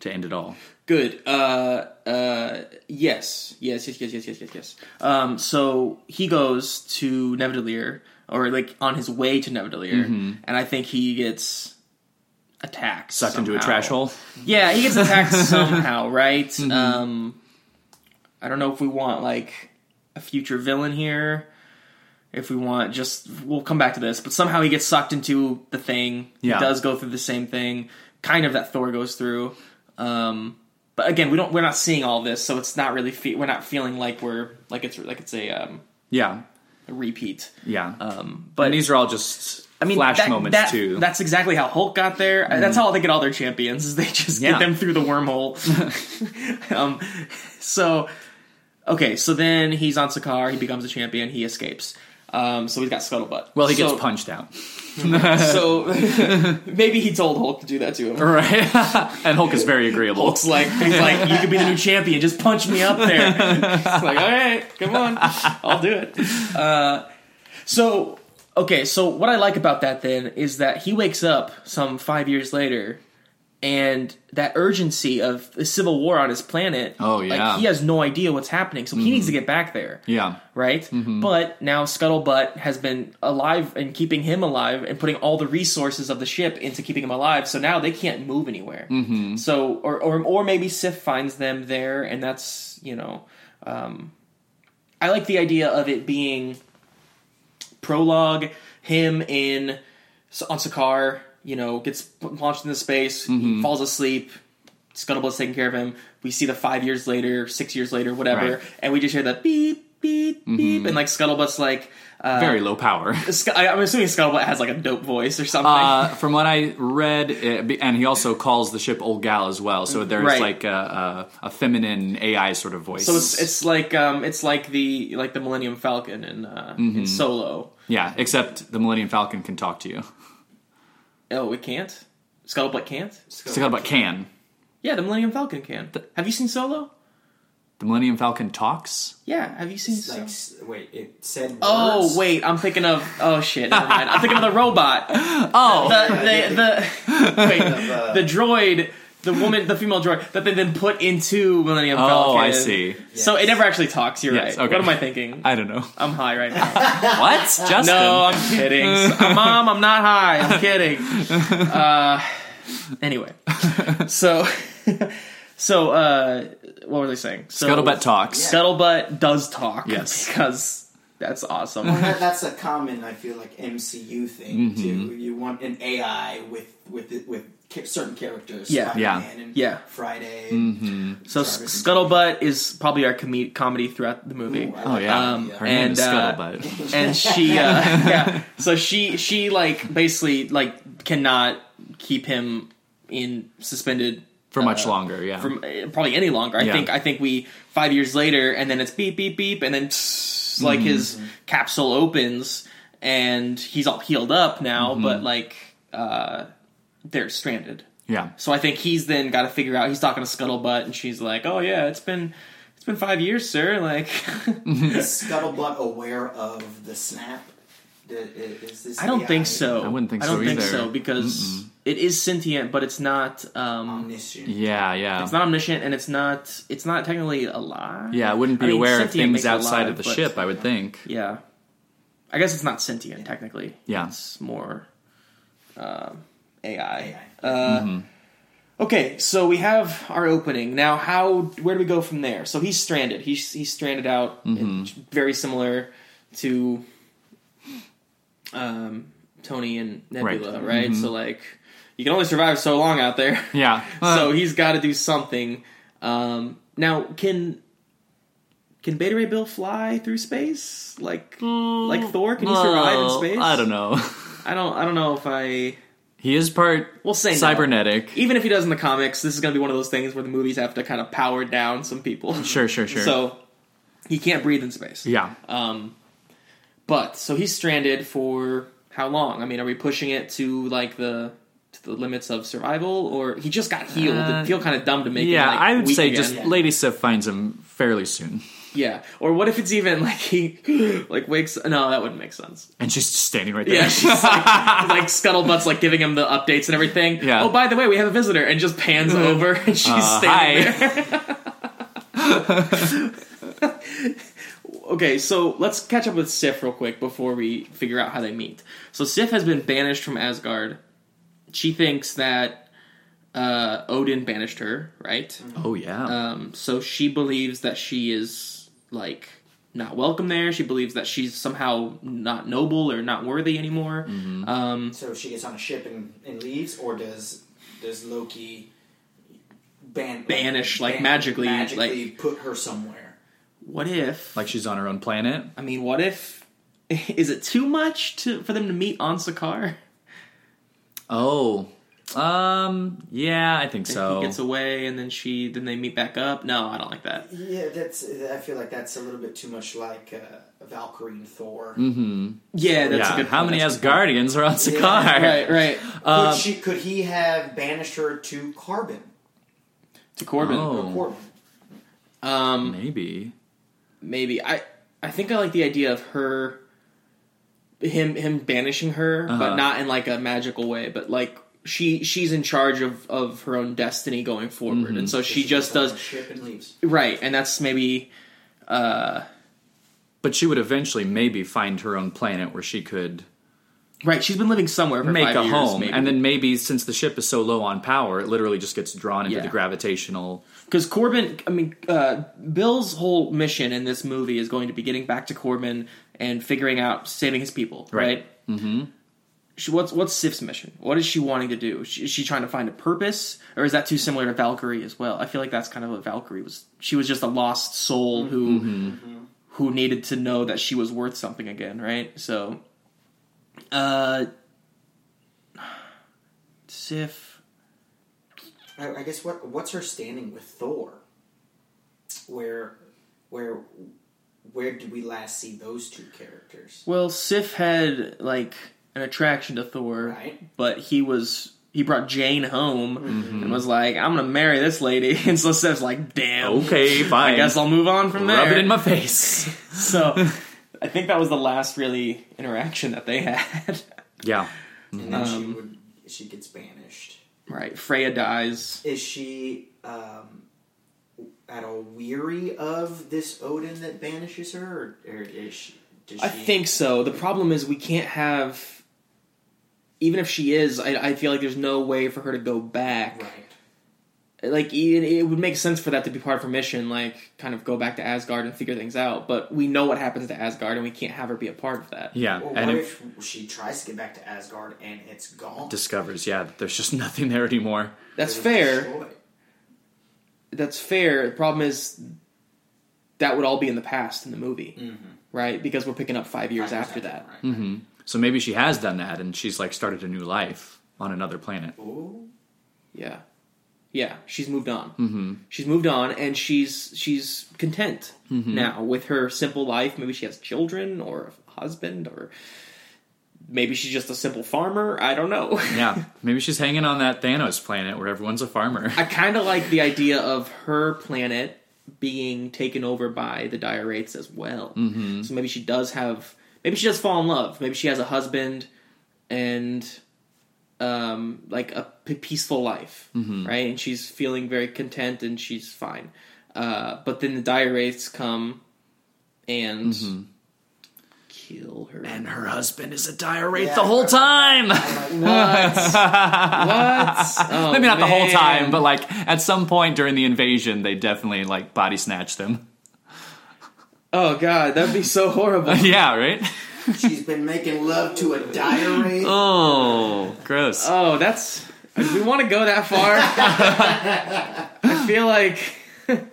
S2: to end it all.
S1: good uh uh yes yes yes yes yes yes yes yes um so he goes to Nevidalier or like on his way to Nevidalier
S2: Mm-hmm.
S1: and I think he gets attacked
S2: Sucked into a
S1: somehow.
S2: trash hole.
S1: Yeah, he gets attacked somehow, right? Um, I don't know if we want like a future villain here. If we want, just we'll come back to this. But somehow he gets sucked into the thing.
S2: Yeah.
S1: He does go through the same thing, kind of that Thor goes through. Um, but again, we don't. We're not seeing all this, so it's not really. Fe- we're not feeling like we're like it's like it's a, um,
S2: Yeah.
S1: a repeat.
S2: Yeah.
S1: Um,
S2: But
S1: but
S2: these are all just
S1: I mean,
S2: flash
S1: that-
S2: moments
S1: that-
S2: too. Mm.
S1: That's exactly how Hulk got there. Uh, That's how they get all their champions. Is they just
S2: Yeah.
S1: get them through the wormhole. um, so okay, so then he's on Sakaar. He becomes a champion. He escapes. Um, so he's got scuttlebutt.
S2: well, he
S1: So-
S2: gets punched out,
S1: So maybe he told Hulk to do that to him.
S2: right? and Hulk is very agreeable.
S1: Hulk's like he's like you could be the new champion. Just punch me up there. It's like all right, come on, I'll do it. Uh, so okay, so what I like about that then is that he wakes up some five years later and that urgency of the civil war on his planet.
S2: Oh, yeah.
S1: like, he has no idea what's happening, so he needs to get back there.
S2: Yeah.
S1: Right, but now Scuttlebutt has been alive and keeping him alive and putting all the resources of the ship into keeping him alive. So now they can't move anywhere. Mm-hmm. So, or, or or maybe Sif finds them there, and that's you know, um, I like the idea of it being prologue him in on Sakaar, you know, gets p- launched into space,
S2: Mm-hmm.
S1: he falls asleep, Scuttlebutt's taking care of him. We see the five years later, six years later, whatever,
S2: Right. Mm-hmm.
S1: and we just hear the beep, beep, beep, and like Scuttlebutt's like, uh,
S2: Very low power.
S1: Sc- I- I'm assuming Scuttlebutt has like a dope voice or something.
S2: Uh, from what I read, it, be- and he also calls the ship Old Gal as well. So there's
S1: Right.
S2: like a, a, a feminine AI sort of voice.
S1: so it's it's like um it's like the like the Millennium Falcon in uh,
S2: Mm-hmm.
S1: in Solo.
S2: yeah, except the Millennium Falcon can talk to you.
S1: Oh, it can't. Scuttlebutt can't.
S2: It's like, but can
S1: Yeah, the Millennium Falcon can. Have you seen Solo?
S2: the Millennium Falcon talks?
S1: Yeah, have you seen?
S3: It's
S1: Solo?
S3: like, s- wait, it said.
S1: Oh
S3: words?
S1: wait, I'm thinking of oh shit, never mind. I'm thinking of the robot.
S2: Oh,
S1: The the the, wait,
S3: uh,
S1: the droid, the woman, the female droid that they then put into Millennium Falcon.
S2: oh, I see.
S1: So it never actually talks. You're
S2: Yes,
S1: right.
S2: okay.
S1: What am I thinking?
S2: I don't know
S1: I'm high right now.
S2: what Justin.
S1: no, I'm kidding. S- Mom, I'm not high. I'm kidding. Uh, anyway, so so uh, what was I saying? So,
S2: Scuttlebutt talks.
S1: Scuttlebutt does talk.
S2: Yes.
S1: because that's awesome.
S3: Well, that, that's a common, I feel like, MCU thing
S1: Mm-hmm.
S3: too. You want an AI with with it- with ca- certain characters.
S1: Yeah.
S2: Yeah.
S3: Spider-Man and
S1: Yeah. Mm-hmm.
S3: Friday.
S1: So
S3: Sorry,
S1: S- Scuttlebutt is probably our com- comedy throughout the movie.
S3: Ooh, I
S2: Oh
S3: like
S2: yeah,
S3: that
S1: Um,
S3: idea.
S2: her name
S1: and,
S2: is
S1: uh,
S2: Scuttlebutt.
S1: and she uh, yeah so she she like basically like cannot keep him in suspended
S2: for much
S1: uh,
S2: longer. Yeah,
S1: from uh, probably any longer i
S2: Yeah.
S1: think i think we five years later and then it's beep beep beep and then like his capsule opens and he's all healed up now but like uh they're stranded
S2: yeah.
S1: so I think he's then got to figure out. He's talking to Scuttlebutt, and she's like, "Oh yeah, it's been it's been five years, sir." Like,
S2: Mm-hmm.
S3: Is Scuttlebutt aware of the snap? D- i- Is this
S1: I don't
S3: AI
S1: think so.
S2: I wouldn't think
S1: I don't
S2: so
S1: think
S2: either.
S1: so because it is sentient, but it's not. Um,
S3: Omniscient.
S2: Yeah, yeah.
S1: it's not omniscient, and it's not. It's not technically alive.
S2: yeah, I wouldn't be
S1: I mean,
S2: aware of
S1: sentient
S2: things
S1: makes
S2: outside
S1: alive,
S2: of the
S1: but-
S2: ship. I would think.
S1: Yeah, I guess it's not sentient technically.
S2: Yeah.
S1: it's more um, AI.
S3: AI.
S1: Uh, Okay, so we have our opening now. How where do we go from there? So he's stranded. He's he's stranded out. and Very similar to um, Tony and Nebula, right?
S2: Right.
S1: So like you can only survive so long out there.
S2: Yeah.
S1: so he's got to do something. Um, now, can can Beta Ray Bill fly through space like
S2: Mm.
S1: like Thor? Can he survive in
S2: Well,
S1: space?
S2: I don't know.
S1: I don't. I don't know if I.
S2: He is part
S1: We'll say no.
S2: cybernetic.
S1: Even if he does in the comics, this is going to be one of those things where the movies have to kind of power down some people.
S2: Sure, sure, sure.
S1: So he can't breathe in space.
S2: yeah,
S1: Um, but so he's stranded for how long? I mean, are we pushing it to like the to the limits of survival, or he just got healed?
S2: Uh,
S1: and feel kind of dumb to make. him,
S2: yeah.
S1: like,
S2: I would
S1: weak
S2: say
S1: again?
S2: just
S3: Yeah.
S2: Lady Sif finds him fairly soon,
S1: yeah. Or what if it's even like he like wakes? No, that wouldn't make sense.
S2: and she's just standing right there.
S1: Yeah, she's like, like Scuttlebutt's like giving him the updates and everything.
S2: Yeah.
S1: Oh, by the way, we have a visitor, and just pans over, and she's
S2: Uh,
S1: standing
S2: hi.
S1: there. okay, so let's catch up with Sif real quick before we figure out how they meet. So Sif has been banished from Asgard. She thinks that uh, Odin banished her, right?
S2: oh yeah.
S1: Um, so she believes that she is like not welcome there. She believes that she's somehow not noble or not worthy anymore.
S2: Mm-hmm.
S1: Um,
S3: So she gets on a ship and, and leaves, or does does Loki ban
S1: Banish, like, magically,
S3: magically put her somewhere?
S1: what if?
S2: like she's on her own planet.
S1: I mean, what if? Is it too much to for them to meet on Sakaar?
S2: Oh. Um. Yeah, I think so.
S1: He gets away, and then she, then they meet back up. No, I don't like that.
S3: Yeah, that's. I feel like that's a little bit too much like uh, Valkyrie and Thor.
S1: Mm, Yeah, that's
S2: Mm-hmm. yeah.
S1: a good.
S2: How
S1: point.
S2: many
S1: That's-
S2: Asgardians are on Sakaar?
S1: Right, right.
S2: Um,
S1: uh,
S3: could, she, could he have banished her to Carbon?
S1: To Corbin,
S2: Oh.
S3: Or Corbin?
S1: um,
S2: Maybe.
S1: maybe I. I think I like the idea of her, him, him banishing her,
S2: Uh-huh.
S1: but not in like a magical way, but like she she's in charge of of her own destiny going forward,
S2: Mm-hmm.
S1: and so she just
S3: goes on
S1: does
S3: ship and leaves.
S1: right, and that's maybe
S2: But she would eventually maybe find her own planet where she could
S1: right. She's been living somewhere for
S2: make
S1: five
S2: a
S1: years,
S2: home,
S1: maybe.
S2: and then maybe since the ship is so low on power, it literally just gets drawn into
S1: Yeah.
S2: the gravitational.
S1: because Corbin, I mean, uh, Bill's whole mission in this movie is going to be getting back to Corbin and figuring out saving his people,
S2: Right.
S1: right? Mm-hmm. She, what's what's Sif's mission? What is she wanting to do? Is she, is she trying to find a purpose, or is that too similar to Valkyrie as well? I feel like that's kind of what Valkyrie was. She was just a lost soul who Mm-hmm. who needed to know that she was worth something again, right? So, uh, Sif,
S3: I, I guess what what's her standing with Thor? Where, where, where did we last see those two characters?
S1: Well, Sif had like an attraction to Thor,
S3: Right.
S1: but he was he brought Jane home and was like, "I'm gonna marry this lady," and so Sif's like, "Damn,
S2: Okay, fine.
S1: I guess I'll move on from
S2: Rub
S1: there."
S2: it in my face.
S1: so, I think that was the last really interaction that they had.
S2: yeah,
S3: And then
S1: Um,
S3: she would she gets banished.
S1: right, Freya dies.
S3: Is she um, at all weary of this Odin that banishes her, or, or is she? Does she
S1: I think so. The problem is we can't have. Even if she is, I, I feel like there's no way for her to go back.
S3: right.
S1: like it, it would make sense for that to be part of her mission, like kind of go back to Asgard and figure things out. But we know what happens to Asgard, and we can't have her be a part of that.
S2: yeah,
S3: Well,
S2: and
S3: what
S2: it
S3: if, she tries to get back to Asgard and it's gone?
S2: discovers yeah that there's just nothing there anymore.
S1: that's
S3: It's
S1: fair.
S3: destroyed.
S1: That's fair. The problem is that would all be in the past in the movie, right? Because we're picking up five years after that.
S3: Right.
S2: Mm-hmm. So maybe she has done that, and she's like started a new life on another planet.
S1: Mm-hmm.
S3: Ooh.
S1: Yeah, yeah. She's moved on.
S2: Hmm.
S1: Mm-hmm. She's moved on, and she's she's content now with her simple life. Maybe she has children or a husband, or maybe she's just a simple farmer. I don't know.
S2: Yeah, maybe she's hanging on that Thanos planet where everyone's a farmer.
S1: I kind of like the idea of her planet being taken over by the Diorites as well. Mm-hmm. So maybe she does have, maybe she does fall in love. Maybe she has a husband and um, like a p- peaceful life,
S2: Mm-hmm.
S1: right? And she's feeling very content and she's fine. Uh, but then the Diorites come and
S2: Mm-hmm.
S1: kill her.
S2: And her husband is a diorite
S3: Yeah.
S2: the whole time.
S1: what? what? Oh,
S2: Maybe not the whole
S1: man.
S2: time, but like at some point during the invasion, they definitely like body snatched them.
S1: oh god, that'd be so horrible.
S2: yeah, right?
S3: She's been making love to a diary.
S2: Oh, gross.
S1: Oh, that's. Do we want to go that far? I feel like.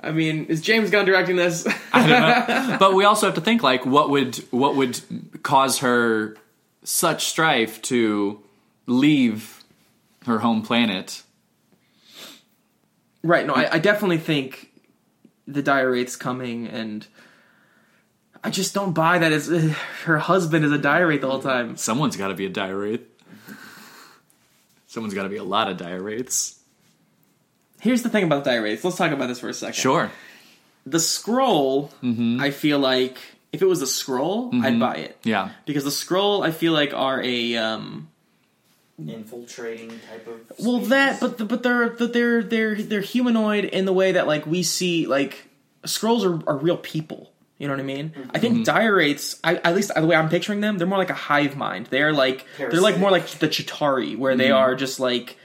S1: I mean, is James Gunn directing this?
S2: but we also have to think like what would what would cause her such strife to leave her home planet?
S1: right. No, I, I definitely think the diorite's coming, and I just don't buy that. It's, her husband is a diorite the whole time.
S2: Someone's got to be a diorite. Someone's got to be a lot of diorates.
S1: Here's the thing about diorites. Let's talk about this for a second.
S2: Sure.
S1: The scroll. I feel like if it was a scroll, I'd buy it
S2: Yeah.
S1: because the scroll I feel like are a um,
S3: Infiltrating type of.
S1: Well,
S3: species.
S1: that but the, but they're but they're they're they're humanoid in the way that like we see like scrolls are, are real people. You know what I mean? I think diorites, I, at least the way I'm picturing them, they're more like a hive mind. They're like they're like more like the Chitari, where they are just like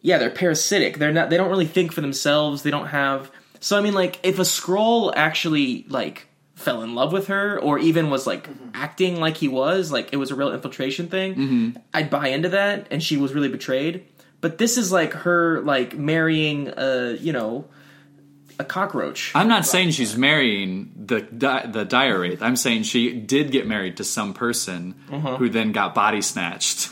S1: yeah, they're parasitic. They're not. They don't really think for themselves. They don't have. So I mean, like, if a scroll actually like fell in love with her, or even was like acting like he was, like it was a real infiltration thing, I'd buy into that, and she was really betrayed. But this is like her like marrying a you know a cockroach.
S2: I'm not saying she's marrying the di- the diorite. I'm saying she did get married to some person
S1: Uh-huh.
S2: who then got body snatched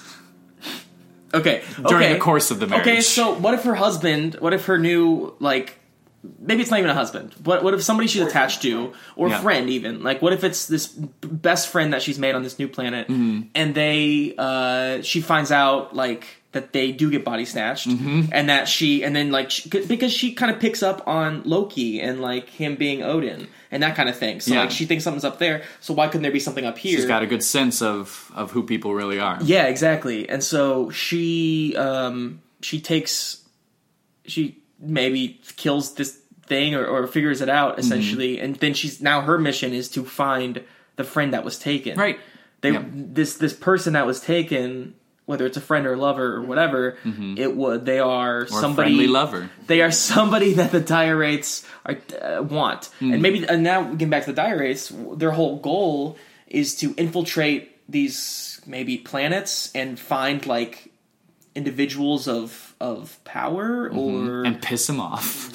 S1: Okay,
S2: during
S1: okay.
S2: the course of the marriage.
S1: Okay, so what if her husband? What if her new like? Maybe it's not even a husband. What what if somebody she's attached to, or
S2: Yeah.
S1: friend even? Like, what if it's this b-
S2: Mm-hmm.
S1: best friend that she's made on this new planet, and they uh she finds out like that they do get body snatched
S2: Mm-hmm.
S1: and that she and then like she, because she kind of picks up on Loki and like him being Odin and that kind of thing. So
S2: Yeah.
S1: like she thinks something's up there. So why couldn't there be something up here?
S2: She's got a good sense of of who people really are.
S1: Yeah, exactly. And so she um she takes she maybe kills this thing or, or figures it
S2: Mm-hmm.
S1: out essentially and then she's now her mission is to find the friend that was taken.
S2: Right.
S1: They
S2: Yeah.
S1: this this person that was taken whether it's a friend or lover or whatever, it would they are
S2: Mm-hmm. Or a
S1: somebody
S2: friendly lover.
S1: they are somebody that the Diorites are, uh, want.
S2: Hmm.
S1: And maybe and now getting back to the Diorites, their whole goal is to infiltrate these maybe planets and find like individuals of of power or
S2: And piss him off.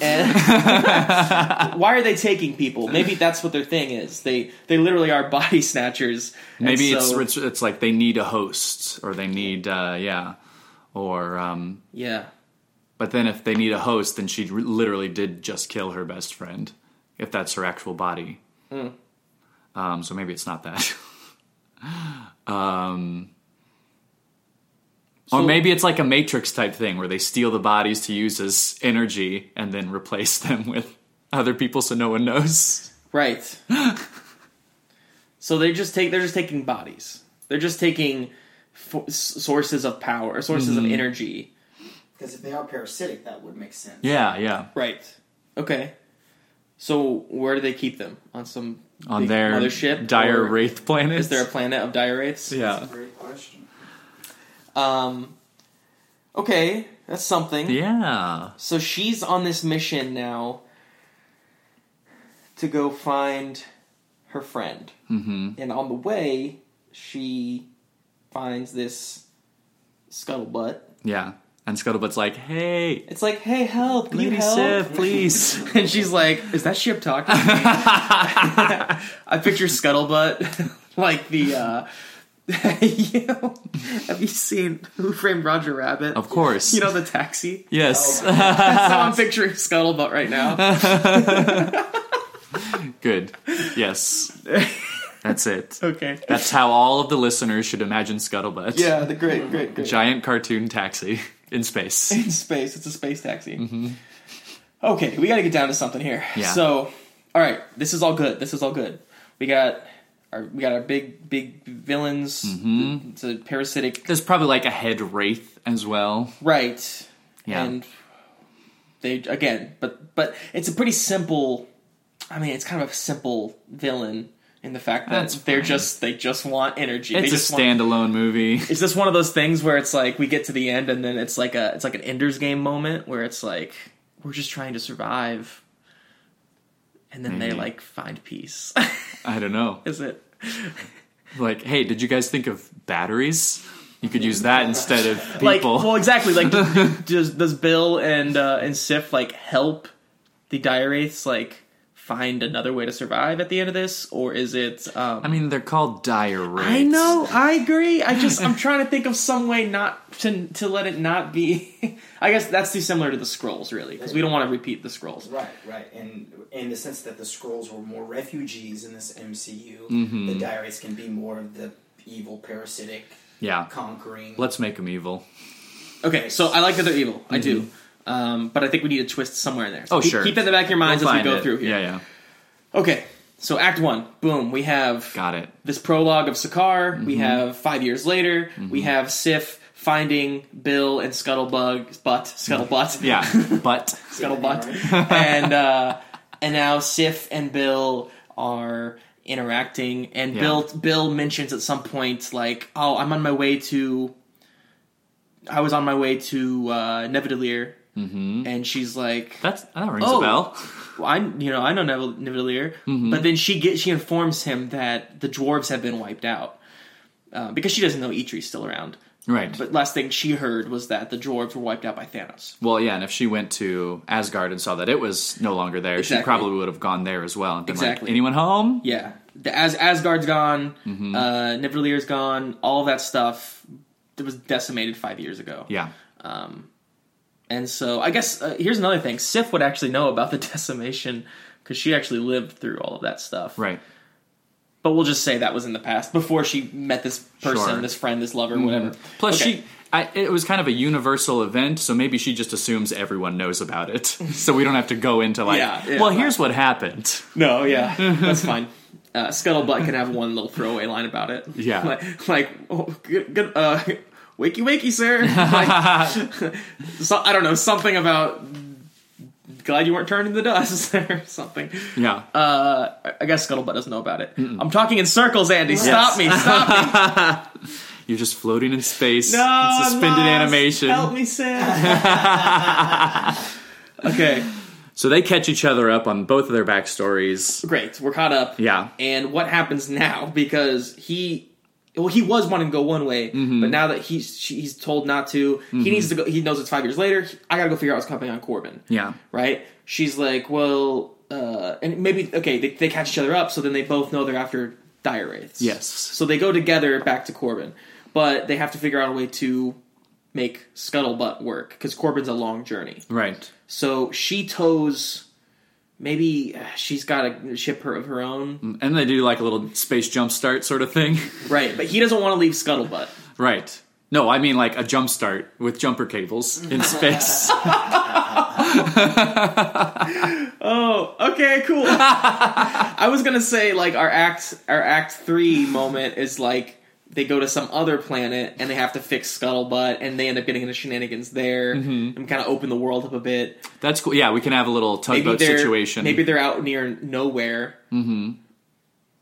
S1: why are they taking people? Maybe that's what their thing is. They they literally are body snatchers. And
S2: Maybe it's,
S1: so-
S2: it's it's like they need a host or they need uh, yeah or um,
S1: yeah.
S2: but then if they need a host, then she re- literally did just kill her best friend if that's her actual body. Um, so maybe it's not that. um,
S1: So-
S2: or maybe it's like a Matrix type thing where they steal the bodies to use as energy and then replace them with other people so no one knows.
S1: Right. so they just take they're just taking bodies. They're just taking fo- s- sources of power, sources
S2: Hmm.
S1: of energy.
S3: Because if they are parasitic, that would make sense.
S2: Yeah, yeah.
S1: Right. Okay. So where do they keep them? On some
S2: On
S1: big
S2: their
S1: mothership?
S2: dire
S1: Or
S2: wraith planet.
S1: Is there a planet of diorites?
S2: yeah.
S3: Great question.
S1: Um. Okay, that's something.
S2: Yeah.
S1: So she's on this mission now to go find her friend.
S2: Mm-hmm.
S1: And on the way, she finds this scuttlebutt.
S2: Yeah. And Scuttlebutt's like, hey,
S1: It's like, hey, help! Can you
S2: Lady
S1: help?
S2: Sif, please.
S1: And she's like, is that ship talking? to me?" I picture Scuttlebutt like the. uh you know, have you seen Who Framed Roger Rabbit?
S2: of course.
S1: You know the taxi.
S2: yes.
S1: That's how I'm picturing Scuttlebutt right now.
S2: Good. Yes. That's it.
S1: Okay.
S2: That's how all of the listeners should imagine Scuttlebutt.
S1: Yeah, the great, great, great.
S2: Giant cartoon taxi in space.
S1: in space. It's a space taxi. Okay, we got to get down to something here.
S2: Mm-hmm. Yeah.
S1: So, all right, this is all good. This is all good. We got our we got our big big villains.
S2: Mm-hmm.
S1: It's a parasitic
S2: There's probably like a head wraith as well.
S1: right.
S2: Yeah.
S1: And they again, but but it's a pretty simple. I mean, it's kind of a simple villain in the fact that
S2: That's
S1: they're
S2: fine.
S1: just they just want energy. they
S2: it's a
S1: just want
S2: standalone movie.
S1: Is this one of those things where it's like we get to the end and then it's like a it's like an Ender's Game moment where it's like we're just trying to survive, and then they
S2: Maybe.
S1: like find peace.
S2: I don't know.
S1: Is it?
S2: Like, hey, did you guys think of batteries? You could use that instead of people.
S1: Like well, exactly. Like do- does does Bill and uh, and Sif like help the Diorites like find another way to survive at the end of this, or is it? Um,
S2: I mean, they're called dire wraiths.
S1: I know, I agree. I just I'm trying to think of some way not to to let it not be. I guess that's too similar to the scrolls, really, because we don't want to repeat the scrolls.
S3: Right, right, and in the sense that the scrolls were more refugees in this MCU,
S1: Mm-hmm.
S3: the diaries can be more of the evil, parasitic,
S2: Yeah.
S3: conquering.
S2: Let's make them evil.
S1: Okay, so I like that they're evil. I do. Um, but I think we need a twist somewhere in there. So
S2: Mm-hmm. Oh,
S1: keep,
S2: sure.
S1: Keep that in the back of your minds
S2: We'll
S1: as we
S2: find
S1: go
S2: it.
S1: through here.
S2: Yeah, yeah.
S1: Okay, so Act 1. Boom, we have
S2: Got Mm-hmm. it.
S1: this prologue of Sakaar. We have Five Years Later.
S2: Mm-hmm.
S1: We have Sif finding Bill and Scuttlebug, butt, Scuttlebutt.
S2: Yeah. But
S1: Scuttlebutt. and, uh, and now Sif and Bill are interacting. And
S2: Yeah.
S1: Bill, Bill mentions at some point, like, oh, I'm on my way to... I was on my way to uh, Nevadalir, and she's like,
S2: that's that rings
S1: Oh.
S2: a bell.
S1: well, I you know I know Neville, Neville but then she get she informs him that the dwarves have been wiped out uh, because she doesn't know Itri's still around.
S2: Right.
S1: But last thing she heard was that the dwarves were wiped out by Thanos.
S2: well, yeah, and if she went to Asgard and saw that it was no longer there, she
S1: Exactly.
S2: probably would have gone there as well. And been
S1: Exactly.
S2: Like, Anyone home?
S1: Yeah, the As Asgard's gone,
S2: Mm-hmm.
S1: uh, Neverlear's gone, all of that stuff that was decimated five years ago.
S2: Yeah.
S1: And so I guess uh, here's another thing: Sif would actually know about the decimation because she actually lived through all of that stuff.
S2: Right.
S1: But we'll just say that was in the past before she met this person,
S2: Sure. Mm-hmm.
S1: this friend, this lover, whatever.
S2: Plus,
S1: Okay.
S2: she I, it was kind of a universal event, so maybe she just assumes everyone knows about it, so we don't have to go into like,
S1: Yeah, yeah,
S2: well,
S1: right.
S2: here's what happened.
S1: No, yeah, that's fine. Uh, Scuttlebutt can have one little throwaway line about it.
S2: Yeah.
S1: like, like oh, good, good, uh, wakey, wakey, sir. Like, so, I don't know something about. Glad you weren't turned into dust or something.
S2: Yeah,
S1: Uh, I- I guess Scuttlebutt doesn't know about it. I'm talking in circles, Andy. Stop me! Stop me!
S2: you're just floating in space,
S1: No, I'm
S2: in suspended
S1: lost.
S2: animation.
S1: Help me, Sid. okay,
S2: So they catch each other up on both of their backstories.
S1: great. We're caught up.
S2: Yeah,
S1: and what happens now because he well he was wanting to go one way
S2: Mm-hmm.
S1: but now that he's she, he's told not to he needs to go he knows it's five years later i gotta go figure out what's happening on corbin
S2: yeah,
S1: right she's like well uh and maybe okay they, they catch each other up so then they both know they're after dire wraiths
S2: Yes.
S1: so they go together back to corbin but they have to figure out a way to make scuttlebutt work because corbin's a long journey
S2: right.
S1: so she tows maybe uh, she's got a ship her of her own
S2: And they do like a little space jump start sort of thing,
S1: Right, but he doesn't want to leave Scuttlebutt.
S2: right? No, I mean like a jump start with jumper cables in space.
S1: Oh, okay, cool. I was gonna say like our act our act three moment is like they go to some other planet and they have to fix Scuttlebutt and they end up getting into shenanigans there
S2: Mm-hmm.
S1: and kind of open the world up a bit.
S2: That's cool. Yeah, we can have a little tugboat
S1: they're
S2: situation,
S1: maybe they're out near nowhere mm-hmm.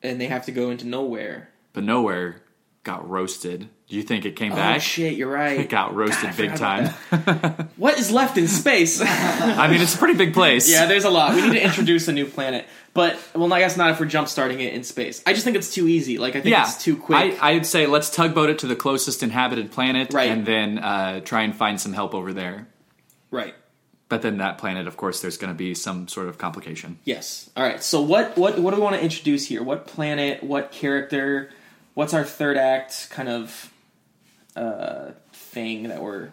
S1: and they have to go into nowhere.
S2: but nowhere got roasted. Do you think it came
S1: Oh
S2: back?
S1: shit, you're
S2: It
S1: right.
S2: got roasted big time.
S1: What is left in space?
S2: I mean, it's a pretty big place.
S1: Yeah, there's a lot. We need to introduce a new planet. But well, I guess not if we're jump starting it in space. I just think it's too easy. Like I think
S2: Yeah,
S1: it's too quick.
S2: I, I'd say let's tugboat it to the closest inhabited planet,
S1: Right.
S2: and then uh, try and find some help over there.
S1: right.
S2: But then that planet, of course, there's going to be some sort of complication.
S1: Yes. All right. So what what what do we want to introduce here? What planet? What character? What's our third act kind of uh, thing that we're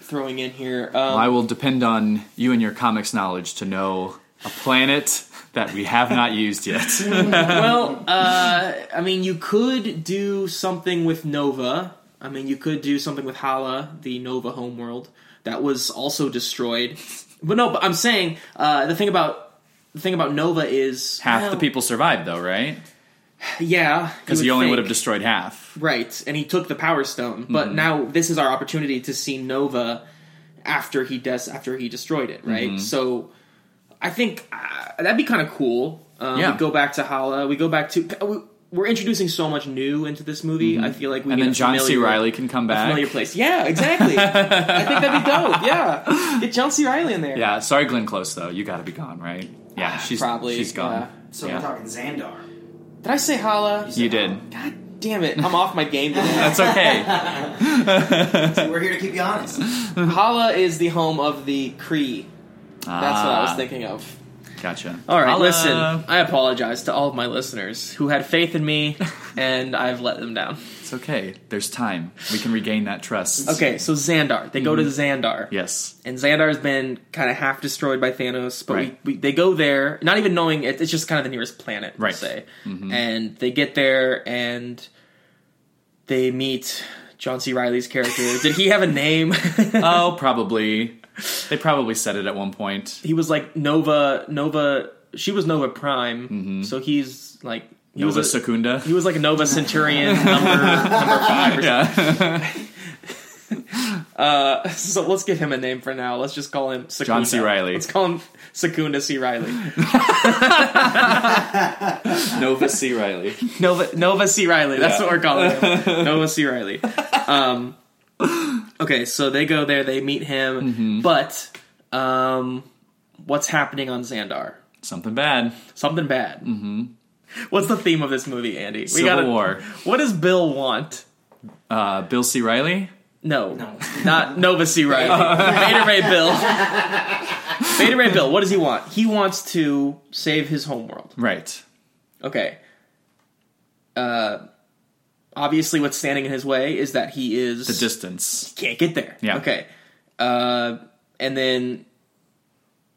S1: throwing in here? Um,
S2: I will depend on you and your comics knowledge to know a planet that we have not used yet.
S1: well, uh, I mean, you could do something with Nova. I mean, you could do something with Hala, the Nova homeworld that was also destroyed. But no, but I'm saying uh, the thing about the thing about Nova is
S2: half the
S1: well,
S2: people survived, though, right?
S1: Yeah,
S2: Because he only would have
S1: think.
S2: destroyed half.
S1: right, and he took the Power Stone. But
S2: Mm-hmm.
S1: now this is our opportunity to see Nova after he des- after he destroyed it. Right,
S2: Mm-hmm.
S1: so I think uh, that'd be kind of cool. Um,
S2: Yeah.
S1: We go back to Hala. We go back to. We, we're introducing so much new into this movie. I feel like we
S2: Mm-hmm. And
S1: need
S2: then
S1: a
S2: John C.
S1: familiar-
S2: Riley can come back.
S1: familiar place. Yeah, exactly. I think that'd be dope. Yeah, get John C. Riley in there.
S2: Yeah, sorry, Glenn Close though. You got to be gone, right? Yeah, she's
S1: probably,
S2: she's gone.
S3: So
S2: Yeah.
S3: we're talking Xandar.
S1: Did I say Hala?
S2: You did.
S1: God damn it! I'm off my game. today.
S2: That's okay.
S3: So we're here to keep you honest.
S1: Hala is the home of the Cree. That's what I
S2: Ah.
S1: was thinking of.
S2: Gotcha.
S1: All right,
S2: I'll,
S1: listen.
S2: uh,
S1: I apologize to all of my listeners who had faith in me, and I've let them down.
S2: It's okay. There's time. We can regain that trust.
S1: Okay, so Xandar. They go to Xandar,
S2: Yes.
S1: and Xandar's been kind of half destroyed by Thanos. But
S2: Right.
S1: we, we, they go there, not even knowing it, it's just kind of the nearest planet, right? Mm-hmm.
S2: Right.
S1: Say, and they get there and they meet John C. Riley's character. Did he have a name?
S2: Oh, probably. They probably said it at one point.
S1: he was like Nova Nova she was Nova Prime, so he's like he
S2: Nova
S1: was a,
S2: Secunda.
S1: he was like a Nova Centurion number number five. Or
S2: Yeah.
S1: something. So let's give him a name for now. Let's just call him Secunda.
S2: John C. Reilly.
S1: Let's call him Secunda C. Riley.
S2: Nova C. Riley.
S1: Nova Nova C. Riley. That's
S2: Yeah.
S1: what we're calling him. Nova C. Riley. Um, okay, so they go there. They meet him, but um, what's happening on Xandar?
S2: Something bad.
S1: Something bad. Mm-hmm. What's the theme of this movie, Andy? We
S2: Civil
S1: gotta-
S2: War.
S1: What does Bill want?
S2: Uh, Bill C. Riley.
S1: No,
S3: No.
S1: not Nova C. Riley. Vader Ray Bill. Vader Ray Bill. What does he want? He wants to save his homeworld.
S2: Right.
S1: Okay. Uh, obviously, what's standing in his way is that he is
S2: The distance.
S1: can't get there.
S2: Yeah.
S1: Okay. Uh, and then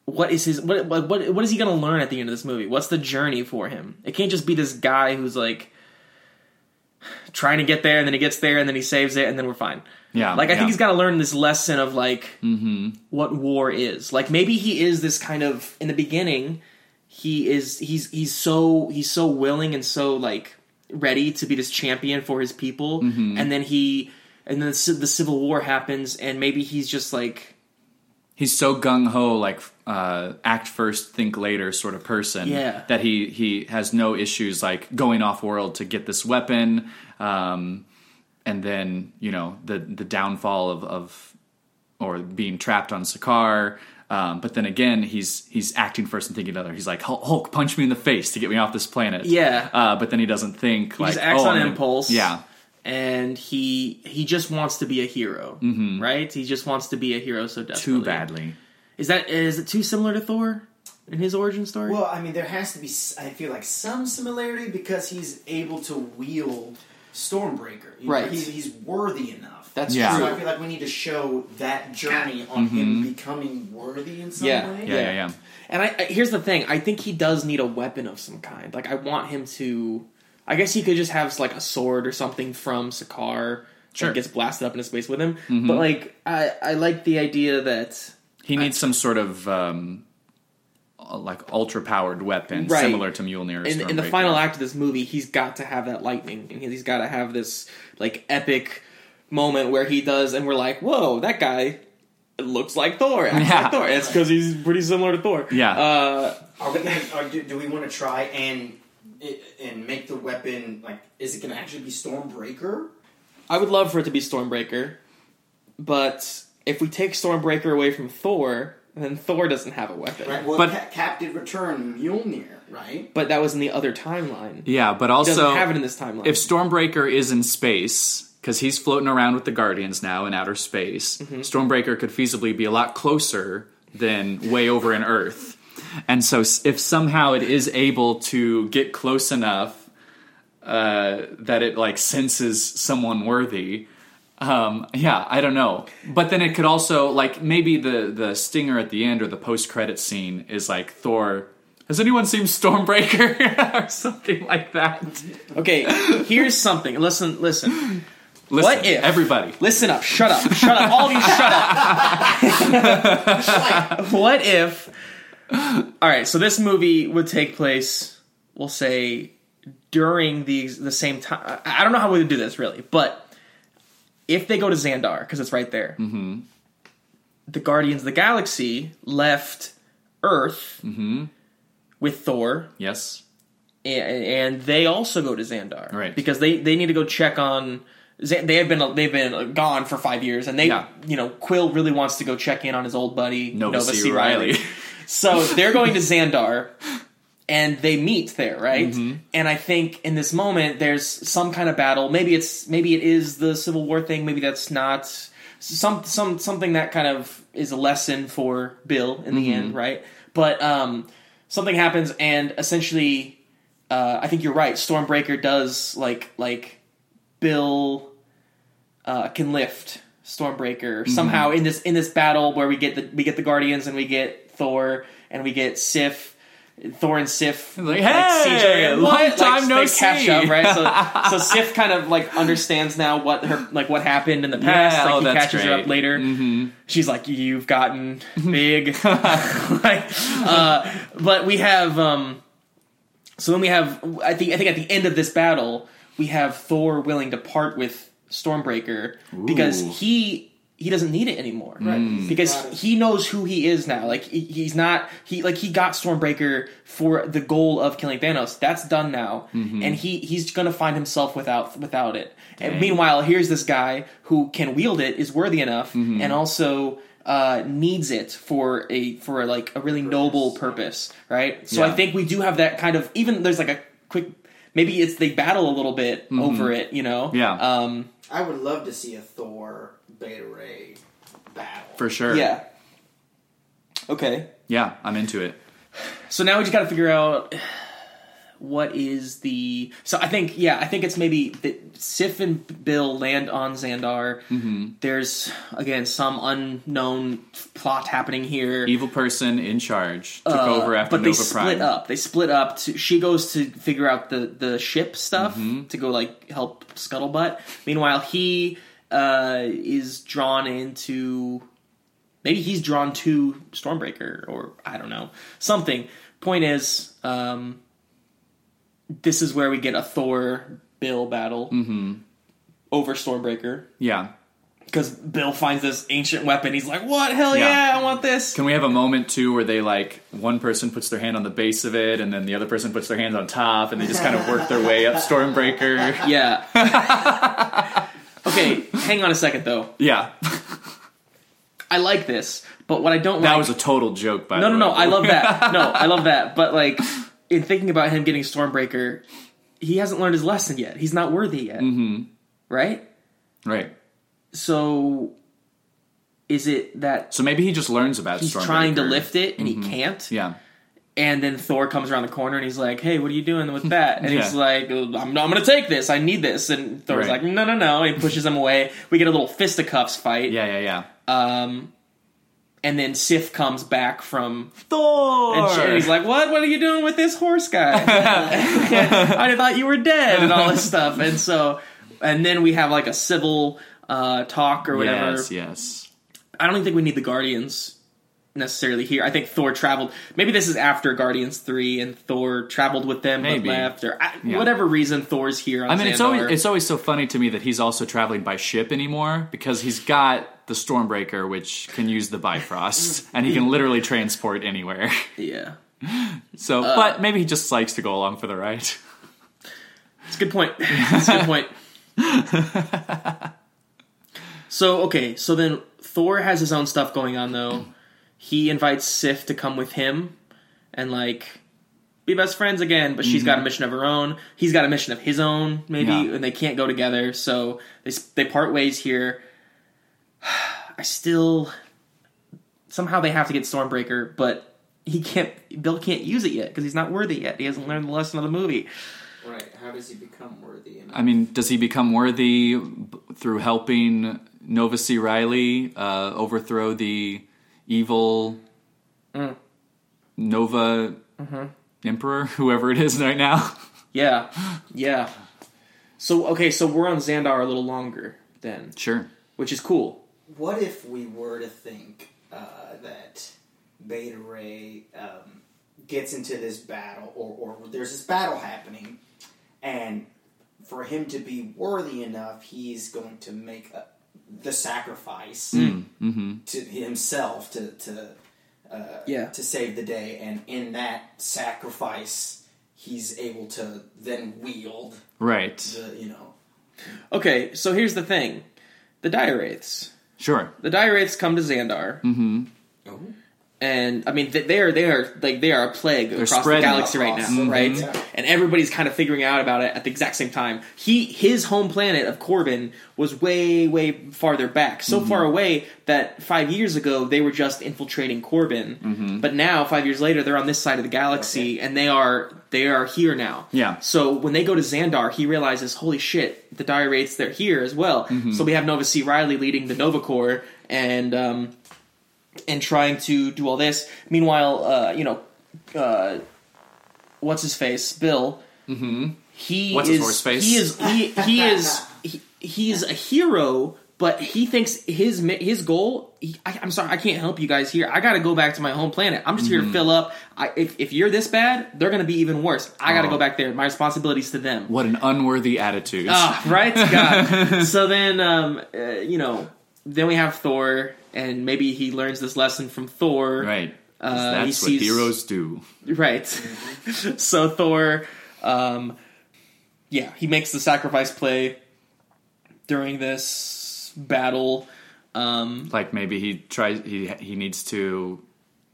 S1: what is his what what what what is he going to learn at the end of this movie? What's the journey for him? It can't just be this guy who's like trying to get there, and then he gets there, and then he saves it, and then we're fine.
S2: Yeah,
S1: Like I
S2: yeah. Mm-hmm.
S1: think he's got to learn this lesson of like what war is. Like maybe he is this kind of in the beginning. He is he's he's so he's so willing and so like ready to be this champion for his people,
S2: Mm-hmm.
S1: and then he and then the ci- the civil war happens, and maybe he's just like
S2: he's so gung ho, like uh, act first, think later sort of person.
S1: Yeah.
S2: that he he has no issues like going off world to get this weapon, um, and then you know the the downfall of of or being trapped on Sakaar. Um, but then again, he's he's acting first and thinking other. He's like Hulk, Hulk, punch me in the face to get me off this planet.
S1: Yeah.
S2: Uh, but then he doesn't think. He like,
S1: just acts
S2: oh,
S1: on
S2: I'm gonna-
S1: impulse.
S2: Yeah.
S1: and he he just wants to be a hero, right? He just wants to be a hero so desperately.
S2: Mm-hmm. Too badly.
S1: Is that is it too similar to Thor in his origin story?
S3: Well, I mean, there has to be, s- I feel like, some similarity because he's able to wield Stormbreaker. You know,
S1: Right.
S3: He's, he's worthy enough.
S1: That's
S2: Yeah. Mm-hmm.
S3: So I
S1: true.
S3: feel like we need to show that journey on him becoming worthy in some
S1: Yeah.
S3: way.
S2: Yeah, yeah, yeah.
S1: And I, I here's the thing: I think he does need a weapon of some kind. Like I want him to. I guess he could just have like a sword or something from Sakaar
S2: Sure. Mm-hmm.
S1: and gets blasted up into space with him. But like I, I like the idea that
S2: He needs some sort of um, uh, like ultra powered weapon,
S1: Right.
S2: similar to Mjolnir. or
S1: in, in the
S2: Stormbreaker.
S1: final act of this movie, he's got to have that lightning, and he's got to have this like epic moment where he does, and we're like, "Whoa, that guy looks like Thor." Acts
S2: Yeah.
S1: like Thor. It's because he's pretty similar to Thor.
S2: Yeah.
S1: Uh,
S3: Are we gonna, are, do, do we want to try and and make the weapon like? Is it gonna actually be Stormbreaker?
S1: I would love for it to be Stormbreaker, but if we take Stormbreaker away from Thor, then Thor doesn't have a weapon.
S3: Right. Well,
S2: But-
S3: Cap, Cap did return Mjolnir, right?
S1: But that was in the other timeline.
S2: yeah, but
S1: He doesn't
S2: also
S1: have it in this timeline.
S2: if Stormbreaker is in space because he's floating around with the Guardians now in outer space, Stormbreaker could feasibly be a lot closer than way over in Earth, and so s- if somehow it is able to get close enough. Uh, that it like senses someone worthy, Um, yeah, I don't know. But then it could also like maybe the the stinger at the end or the post credit scene is like Thor. Has anyone seen Stormbreaker or something like that?
S1: okay, here's something. Listen, listen,
S2: Listen,
S1: What if-
S2: everybody?
S1: listen up. Shut up. Shut up. All of you, shut up. what if? All right, so this movie would take place. We'll say during the the same time. I I don't know how we would do this really, but if they go to Xandar because it's right there, the Guardians of the Galaxy left Earth with Thor,
S2: Yes,
S1: and, and they also go to Xandar,
S2: Right.
S1: Because they they need to go check on. Xan- They have been they've been gone for five years, and they
S2: Yeah.
S1: you know Quill really wants to go check in on his old buddy
S2: Nova, C. Riley.
S1: so they're going to Xandar, and they meet there, right?
S2: Mm-hmm.
S1: And I think in this moment, there's some kind of battle. Maybe it's maybe it is the Civil War thing. Maybe that's not some some something that kind of is a lesson for Bill in
S2: Mm-hmm.
S1: the end, right? But um, something happens, and essentially, uh, I think you're right. Stormbreaker does like like Bill uh, can lift Stormbreaker
S2: Mm-hmm.
S1: somehow in this in this battle where we get the we get the Guardians and we get Thor and we get Sif. Thor and Sif
S2: Like, "Hey,
S1: and
S2: long
S1: what?
S2: time no
S1: they catch
S2: see."
S1: up, right? So, so Sif kind of like understands now what her like what happened in the past.
S2: Yeah,
S1: like
S2: oh,
S1: he
S2: that's
S1: catches her up
S2: great. Mm-hmm.
S1: later. She's like, "You've gotten big." like, uh, but we have um, so then we have I think I think at the end of this battle we have Thor willing to part with Stormbreaker because
S2: Ooh.
S1: he he doesn't need it anymore
S3: Mm.
S1: because
S3: Got it.
S1: he knows who he is now like he- he's not he like he got Stormbreaker for the goal of killing Thanos that's done now and he he's going to find himself without without it and
S2: Mm-hmm. Dang.
S1: meanwhile here's this guy who can wield it is worthy enough
S2: Mm-hmm.
S1: and also uh, needs it for a for like a really noble purpose right so I
S2: Yeah.
S1: think we do have that kind of even there's like a quick maybe it's they battle a little bit over it you know
S2: Mm-hmm. Yeah.
S1: um
S3: I would love to see a Thor Beta Ray battle.
S2: for sure.
S1: yeah okay
S2: yeah, I'm into it.
S1: so now we just got to figure out what is the so I think yeah I think it's maybe that Sif and Bill land on Xandar. There's again some unknown plot happening here.
S2: Evil person in charge took
S1: Uh,
S2: over after
S1: but
S2: Nova
S1: they split
S2: Prime.
S1: up. They split up. To, she goes to figure out the the ship stuff
S2: Mm-hmm.
S1: to go like help Scuttlebutt. Meanwhile, he uh, is drawn into maybe he's drawn to Stormbreaker or I don't know something. Point is, um, this is where we get a Thor Bill battle
S2: Mm-hmm.
S1: over Stormbreaker
S2: Yeah.
S1: because Bill finds this ancient weapon. He's like, "What? Hell
S2: Yeah.
S1: yeah, I want this!"
S2: Can we have a moment too where they like one person puts their hand on the base of it and then the other person puts their hand on top and they just kind of work their way up Stormbreaker?
S1: Yeah. okay, hang on a second though.
S2: Yeah.
S1: I like this, but what I don't
S2: That
S1: like
S2: was a total joke, by
S1: No,
S2: the
S1: no,
S2: way.
S1: no. I love that. No, I love that. But like in thinking about him getting Stormbreaker, he hasn't learned his lesson yet. He's not worthy yet.
S2: Mm-hmm.
S1: Right?
S2: Right.
S1: So is it that
S2: So maybe he just learns about
S1: he's
S2: Stormbreaker. Mm-hmm.
S1: trying to lift it and he can't?
S2: Yeah.
S1: And then Thor comes around the corner and he's like, "Hey, what are you doing with that?" And he's
S2: Yeah.
S1: like, "I'm, I'm going to take this. I need this." And Thor's like,
S2: Right.
S1: "No, no, no." And he pushes him away. We get a little fisticuffs fight.
S2: Yeah, yeah, yeah.
S1: Um, and then Sif comes back from,
S2: Thor!
S1: and, she- and he's like, "What? What are you doing with this horse guy? I thought you were dead," and all this stuff. And so, and then we have like a civil uh, talk or whatever.
S2: yes, yes.
S1: I don't even think we need the Guardians necessarily here. I think Thor traveled. Maybe this is after Guardians three, and Thor traveled with them
S2: Maybe.
S1: but left, or I,
S2: Yeah.
S1: whatever reason Thor's here. On
S2: I mean, it's always it's always so funny to me that he's also traveling by ship anymore because he's got the Stormbreaker, which can use the Bifrost, and he can literally transport anywhere.
S1: yeah.
S2: So, but maybe he just likes to go along for the ride.
S1: It's a good point. It's a good point. so okay, so then Thor has his own stuff going on though. He invites Sif to come with him and like be best friends again, but she's got a mission of her own. He's got a mission of his own, maybe,
S2: Yeah.
S1: and they can't go together. So they s- they part ways here. I still somehow they have to get Stormbreaker, but he can't. Bill can't use it yet because he's not worthy yet. He hasn't learned the lesson of the movie.
S4: Right. How does he become worthy? And
S2: I mean, does he become worthy b- through helping Nova C. Riley uh, overthrow the evil Nova Emperor, whoever it is right now?
S1: Yeah, yeah. So okay, so we're on Xandar a little longer then,
S2: sure.
S1: which is cool.
S4: what if we were to think uh, that Beta Ray um, gets into this battle, or, or there's this battle happening, and for him to be worthy enough, he's going to make a, the sacrifice to himself to to uh,
S1: Yeah.
S4: to save the day, and in that sacrifice, he's able to then wield
S2: Right.
S4: the you know
S1: Okay, so here's the thing: the Diaraths.
S2: Sure.
S1: The Diaraths come to Xandar,
S4: oh.
S1: and I mean th- they are they are like they are a plague across the
S2: spreading
S1: galaxy right now,
S4: across the-
S1: right?
S4: Mhm.
S1: And everybody's kind of figuring out about it at the exact same time. He his home planet of Corbin was way way farther back, so far away that five years ago they were just infiltrating Corbin, but now five years later they're on this side of the galaxy and they are they are here now.
S2: Yeah.
S1: So when they go to Xandar, he realizes, holy shit, the Diarates they're here as well.
S2: Mm-hmm.
S1: So we have Nova C. Riley leading the Nova Corps and. Um, and trying to do all this. Meanwhile, uh, you know, uh, what's his face, Bill. Mm-hmm. He
S2: What's
S1: is
S2: his horse face?
S1: he is he, he is he, he's a hero, but he thinks his mi- his goal. He, I, I'm sorry, I can't help you guys here. I got to go back to my home planet. I'm just here
S2: Mm-hmm.
S1: to fill up. I, if if you're this bad, they're gonna be even worse. I got to
S2: Oh.
S1: go back there. My responsibility's to them.
S2: What an unworthy attitude.
S1: Ah, right, God. so then, um, uh, you know, then we have Thor, and maybe he learns this lesson from Thor.
S2: Right. 'Cause
S1: Uh, he
S2: that's what
S1: sees-
S2: heroes do.
S1: Right. so Thor, um, yeah, he makes the sacrifice play during this battle. Um,
S2: Like maybe he tries. He he needs to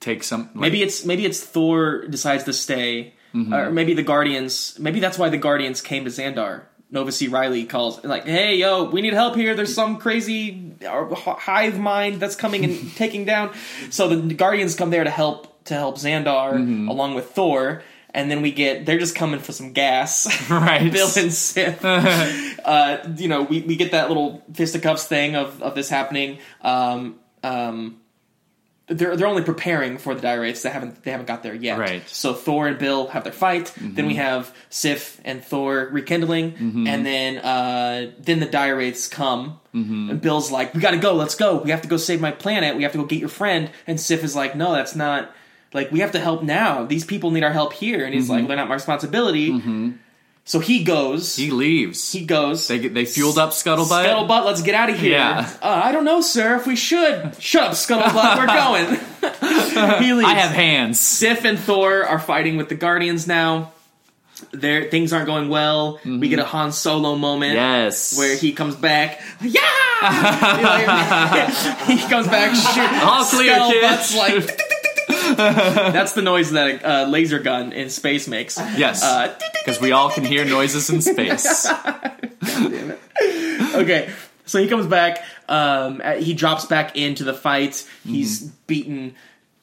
S2: take some. Like,
S1: maybe it's maybe it's Thor decides to stay, or maybe the Guardians. Maybe that's why the Guardians came to Xandar. Nova C. Riley calls like, "Hey, yo, we need help here. There's some crazy uh, hi- hive mind that's coming and taking down." So the Guardians come there to help to help Xandar along with Thor, and then we get they're just coming for some gas.
S2: Right.
S1: Bill and Sith. uh, you know, we, we get that little fisticuffs thing of, of this happening. Um, um, they're they're only preparing for the diarrheas. They haven't they haven't got there yet.
S2: Right.
S1: So Thor and Bill have their fight. Then we have Sif and Thor rekindling, and then uh, then the diarrheas come. And Bill's like, "We got to go. Let's go. We have to go save my planet. We have to go get your friend." And Sif is like, "No, that's not." Like we have to help now. These people need our help here, and he's
S2: Mm-hmm.
S1: like, well, "They're not my responsibility." So he goes.
S2: He
S1: He,
S2: leaves.
S1: goes.
S2: they get, they fueled up Scuttlebutt.
S1: Scuttlebutt, let's get out of here.
S2: Yeah.
S1: Uh, I don't know, sir, if we should. Shut up, Scuttlebutt, we're going. he leaves.
S2: I have hands.
S1: Sif and Thor are fighting with the Guardians now. Their things aren't going well. We get a Han Solo moment
S2: Mm-hmm. Yes.
S1: where he comes back. Yeah, You know, he comes back. Shoot,
S2: All clear,
S1: Scuttlebutt's
S2: kids.
S1: like. That's the noise that a uh, laser gun in space makes.
S2: yes.
S1: Uh,
S2: Because we all can hear noises in space.
S1: okay so he comes back um uh, he drops back into the fight he's
S2: Mm-hmm.
S1: beaten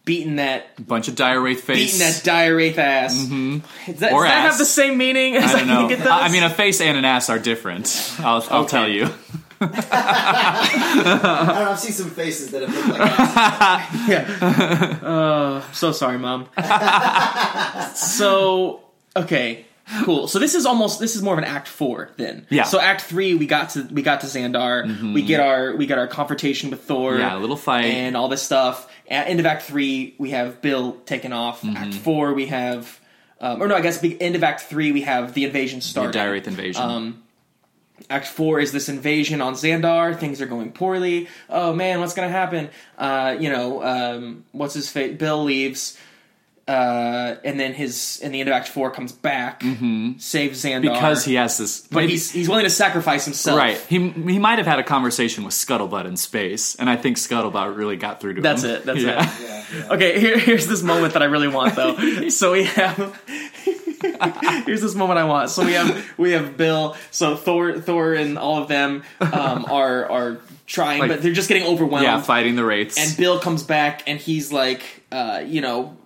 S1: beaten that
S2: Bunch of diarrhea face.
S1: beaten that diarrhea ass Is that,
S2: Mm-hmm. Or
S1: does that
S2: ass.
S1: have the same meaning as
S2: I don't
S1: can
S2: know.
S1: get those?
S2: I I mean, a face and an ass are different. I'll, I'll
S1: Okay.
S2: tell you.
S4: I don't know, I've seen some faces that have looked like that.
S1: yeah uh, so sorry mom so okay cool so this is almost this is more of an act four then
S2: Yeah. Mm-hmm.
S1: so act three we got to we got to xandar we get our we got our confrontation with thor
S2: Yeah, a little fight.
S1: and all this stuff. At end of Act Three, we have Bill taken off.
S2: Mm-hmm.
S1: Act Four, we have, um, or no, I guess be- end of Act Three, we have the invasion
S2: the
S1: starting.
S2: diarrhea invasion.
S1: Um, Act Four is this invasion on Xandar. Things are going poorly. Oh man, what's gonna happen? Uh, you know, um, what's his fate? Bill leaves. Uh, and then his in the end of Act Four comes back, saves Xandar
S2: because he has this.
S1: but he's he's willing to sacrifice himself.
S2: right. He he might have had a conversation with Scuttlebutt in space, and I think Scuttlebutt really got through to
S1: That's
S2: him.
S1: it. That's
S2: Yeah.
S1: it.
S4: Yeah, yeah.
S1: Okay, here, here's this moment that I really want though. so we have here's this moment I want. So we have we have Bill. So Thor, Thor, and all of them um, are are trying,
S2: Like-
S1: but they're just getting overwhelmed.
S2: Yeah, fighting the wraiths.
S1: Um, and Bill comes back, and he's like, uh, you know,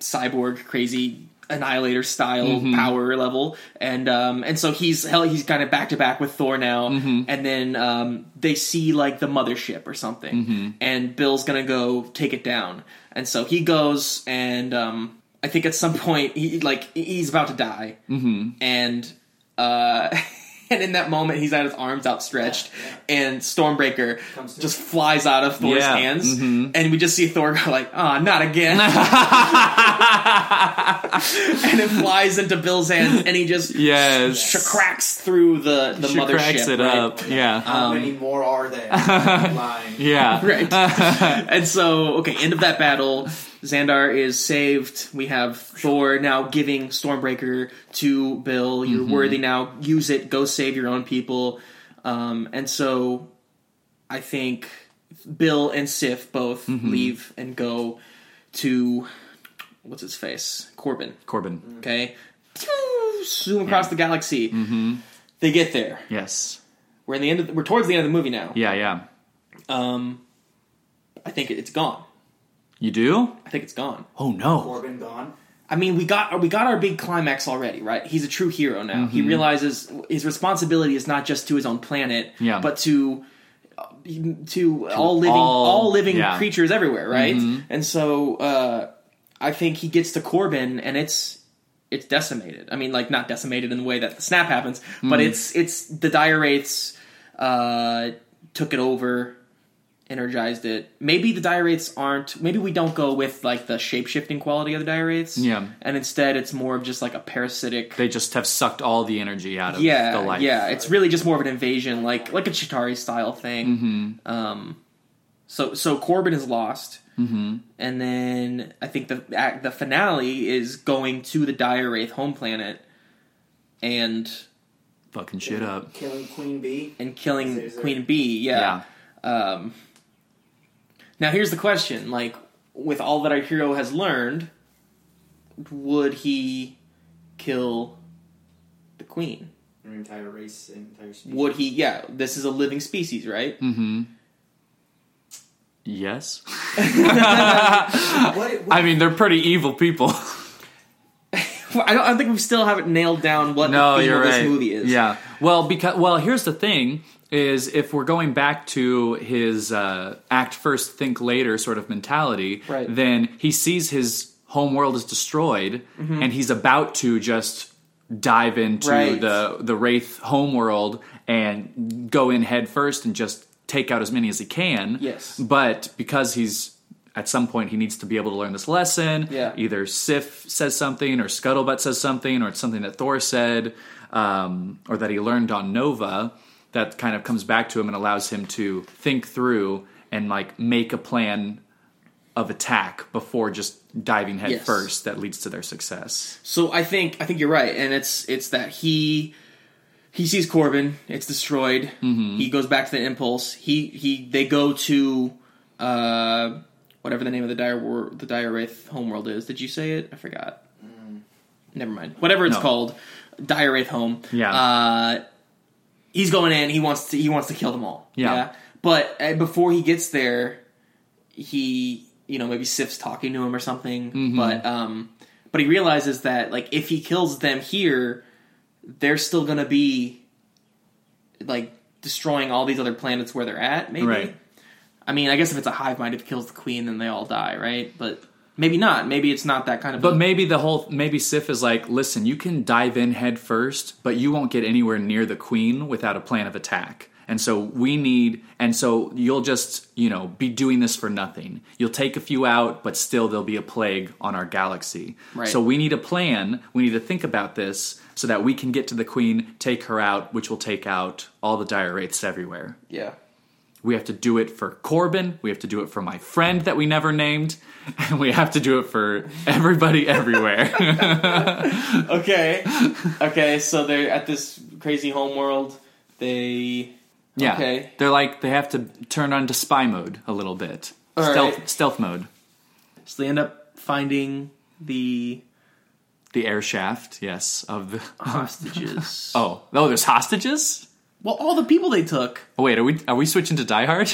S1: cyborg crazy. Annihilator style power level, and um, and so he's hell, he's kind of back to back with Thor now, and then um, they see like the mothership or something, and Bill's gonna go take it down, and so he goes, and um, I think at some point he like he's about to die, and uh, and in that moment he's had his arms outstretched, and Stormbreaker
S4: Comes to
S1: just flies out of Thor's
S2: Yeah. Mm-hmm.
S1: hands, and we just see Thor go like, "Ah, not again!" and it flies into Bill's hands, and he just
S2: yes.
S1: cracks through the the
S2: She
S1: mothership.
S2: cracks it
S1: right? Um,
S2: up. Yeah. Um,
S4: How many more are there? Lying.
S2: yeah.
S1: Right. and so, okay, end of that battle. Xandar is saved. We have Thor now giving Stormbreaker to Bill. You're worthy now. Use it. Go save your own people. Um, and so, I think Bill and Sif both leave and go to what's his face? Corbin.
S2: Corbin.
S1: Okay. Zoom across the galaxy. They get there.
S2: Yes.
S1: We're in the end. Of the, we're towards the end of the movie now.
S2: Yeah. Yeah.
S1: Um, I think it's gone.
S2: You do?
S1: I think it's gone.
S2: Oh no.
S4: Corbin gone.
S1: I mean, we got we got our big climax already, right? He's a true hero now. He
S2: Mm-hmm.
S1: realizes his responsibility is not just to his own planet,
S2: Yeah.
S1: but to uh, to, all living all,
S2: all-
S1: living
S2: yeah. Mm-hmm.
S1: creatures everywhere, right? And so uh, I think he gets to Corbin, and it's it's decimated. I mean, like not decimated in the way that the snap happens,
S2: Mm.
S1: but it's it's the diarates uh, took it over energized it. Maybe the diarates aren't. Maybe we don't go with like the shape shifting quality of the diarates.
S2: Yeah.
S1: and instead it's more of just like a parasitic.
S2: They just have sucked all the energy out of
S1: yeah,
S2: the life.
S1: yeah. It's really just more of an invasion, like like a Chitari style thing.
S2: Mm-hmm.
S1: Um, so so Corbin is lost, mm-hmm. and then I think the act- the finale is going to the diarate home planet, and
S2: Fucking shit up.
S4: Killing Queen Bee.
S1: and killing
S4: Is there-
S1: Queen Bee.
S2: Yeah.
S1: Um, now here's the question: like, with all that our hero has learned, would he kill the queen?
S4: An entire race, an entire species.
S1: Would he? Yeah, this is a living species, right?
S2: Mm-hmm. Yes.
S4: What, what,
S2: I mean, they're pretty evil people.
S1: Well, I don't. I think we still haven't nailed down what
S2: no,
S1: the theme
S2: you're
S1: of this
S2: right.
S1: movie is.
S2: Yeah. Well, because well, here's the thing: is if we're going back to his uh, act first, think later sort of mentality,
S1: Right.
S2: then he sees his home world is destroyed, and he's about to just dive into
S1: Mm-hmm. Right.
S2: the the wraith home world and go in head first and just take out as many as he can.
S1: Yes.
S2: But because he's at some point he needs to be able to learn this lesson.
S1: Yeah.
S2: Either Sif says something, or Scuttlebutt says something, or it's something that Thor said, um, or that he learned on Nova. That kind of comes back to him and allows him to think through and like make a plan of attack before just diving head
S1: Yes.
S2: first. That leads to their success.
S1: So I think I think you're right, and it's it's that he he sees Corbin. It's destroyed.
S2: Mm-hmm.
S1: He goes back to the impulse. He he they go to uh whatever the name of the dire war, the dire wraith homeworld is. Did you say it? I forgot. Never mind. Whatever it's
S2: Mm. No.
S1: called, dire wraith home.
S2: Yeah.
S1: Uh, he's going in. He wants to he wants to kill them all.
S2: Yeah.
S1: But uh, before he gets there, he you know maybe Sif's talking to him or something,
S2: Mm-hmm.
S1: but um, but he realizes that like if he kills them here, they're still gonna be like destroying all these other planets where they're at. Maybe.
S2: Right.
S1: I mean, I guess if it's a hive mind, if it kills the queen, then they all die, right? But maybe not. Maybe it's not that kind of.
S2: But
S1: a-
S2: maybe the whole maybe Sif is like, listen, you can dive in head first, but you won't get anywhere near the queen without a plan of attack. And so we need and so you'll just, you know, be doing this for nothing. You'll take a few out, but still there'll be a plague on our galaxy.
S1: Right.
S2: So we need a plan. We need to think about this so that we can get to the queen, take her out, which will take out all the dire wraiths everywhere.
S1: yeah.
S2: We have to do it for Corbin. We have to do it for my friend that we never named. And we have to do it for everybody everywhere.
S1: Okay. okay. So they're at this crazy homeworld. They.
S2: yeah.
S1: Okay.
S2: They're like, they have to turn on to spy mode a little bit.
S1: All
S2: stealth,
S1: right.
S2: stealth mode.
S1: So they end up finding the
S2: The air shaft, yes. Of the,
S1: hostages.
S2: oh, oh, there's hostages?
S1: Well, all the people they took.
S2: Oh, wait, are we are we switching to Die Hard?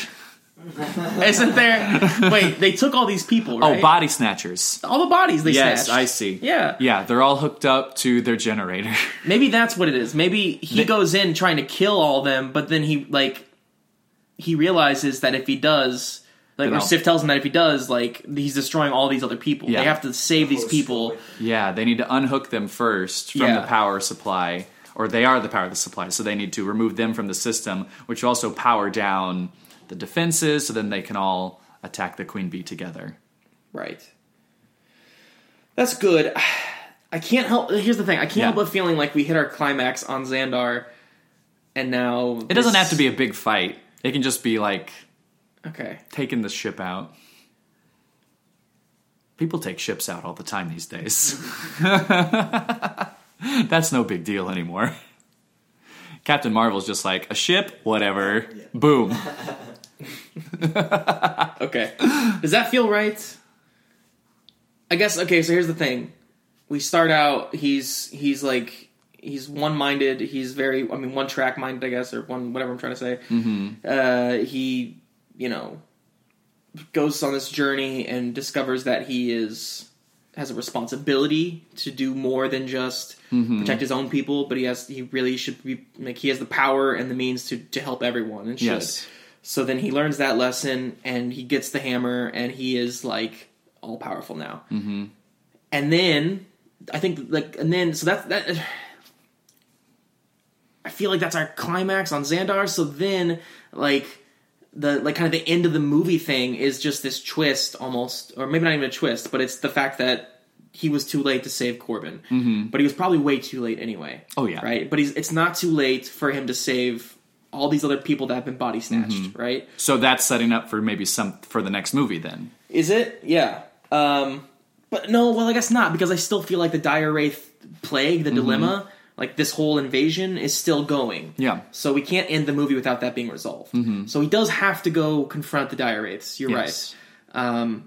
S1: Isn't there? Wait, they took all these people,
S2: Oh,
S1: right?
S2: body snatchers.
S1: all the bodies they
S2: Yes,
S1: snatched.
S2: I see.
S1: Yeah.
S2: Yeah, they're all hooked up to their generator.
S1: Maybe that's what it is. Maybe he
S2: They-
S1: goes in trying to kill all of them, but then he like he realizes that if he does, like
S2: Then
S1: or
S2: I'll-
S1: Sif tells him that if he does, like he's destroying all these other people.
S2: Yeah.
S1: They have to save these people.
S2: yeah, they need to unhook them first from
S1: Yeah.
S2: the power supply, or they are the power of the supply, so they need to remove them from the system, which will also power down the defenses, so then they can all attack the queen bee together.
S1: Right. That's good. I can't help. Here's the thing. I can't
S2: Yeah.
S1: help but feeling like we hit our climax on Xandar, and now
S2: It doesn't have to be a big fight. It can just be like
S1: okay.
S2: taking the ship out. People take ships out all the time these days. That's no big deal anymore. Captain Marvel's just like a ship, whatever. Boom.
S1: Okay. Does that feel right? I guess okay, so here's the thing. We start out he's he's like he's one minded, he's very I mean one track minded, I guess, or one whatever I'm trying to say. Uh he, you know, goes on this journey and discovers that he is has a responsibility to do more than just protect his own people, but he has he really should be like he has the power and the means to to help everyone and should.
S2: Yes.
S1: So then he learns that lesson and he gets the hammer and he is like all powerful now. Mm-hmm. And then I think like and then so that's that. I feel like that's our climax on Xandar. So then like the like kind of the end of the movie thing is just this twist almost, or maybe not even a twist, but it's the fact that he was too late to save Corbin, mm-hmm. but he was probably way too late anyway.
S2: Oh, yeah.
S1: right. But he's it's not too late for him to save all these other people that have been body snatched,
S2: Mm-hmm.
S1: right?
S2: So that's setting up for maybe some for the next movie then.
S1: Is it? Yeah. Um, but no, well, I guess not because I still feel like the dire wraith plague,
S2: Mm-hmm.
S1: the dilemma, like this whole invasion is still going.
S2: Yeah. Mm-hmm.
S1: So we can't end the movie without that being resolved. So he does have to go confront the dire wraiths. You're
S2: Yes.
S1: right.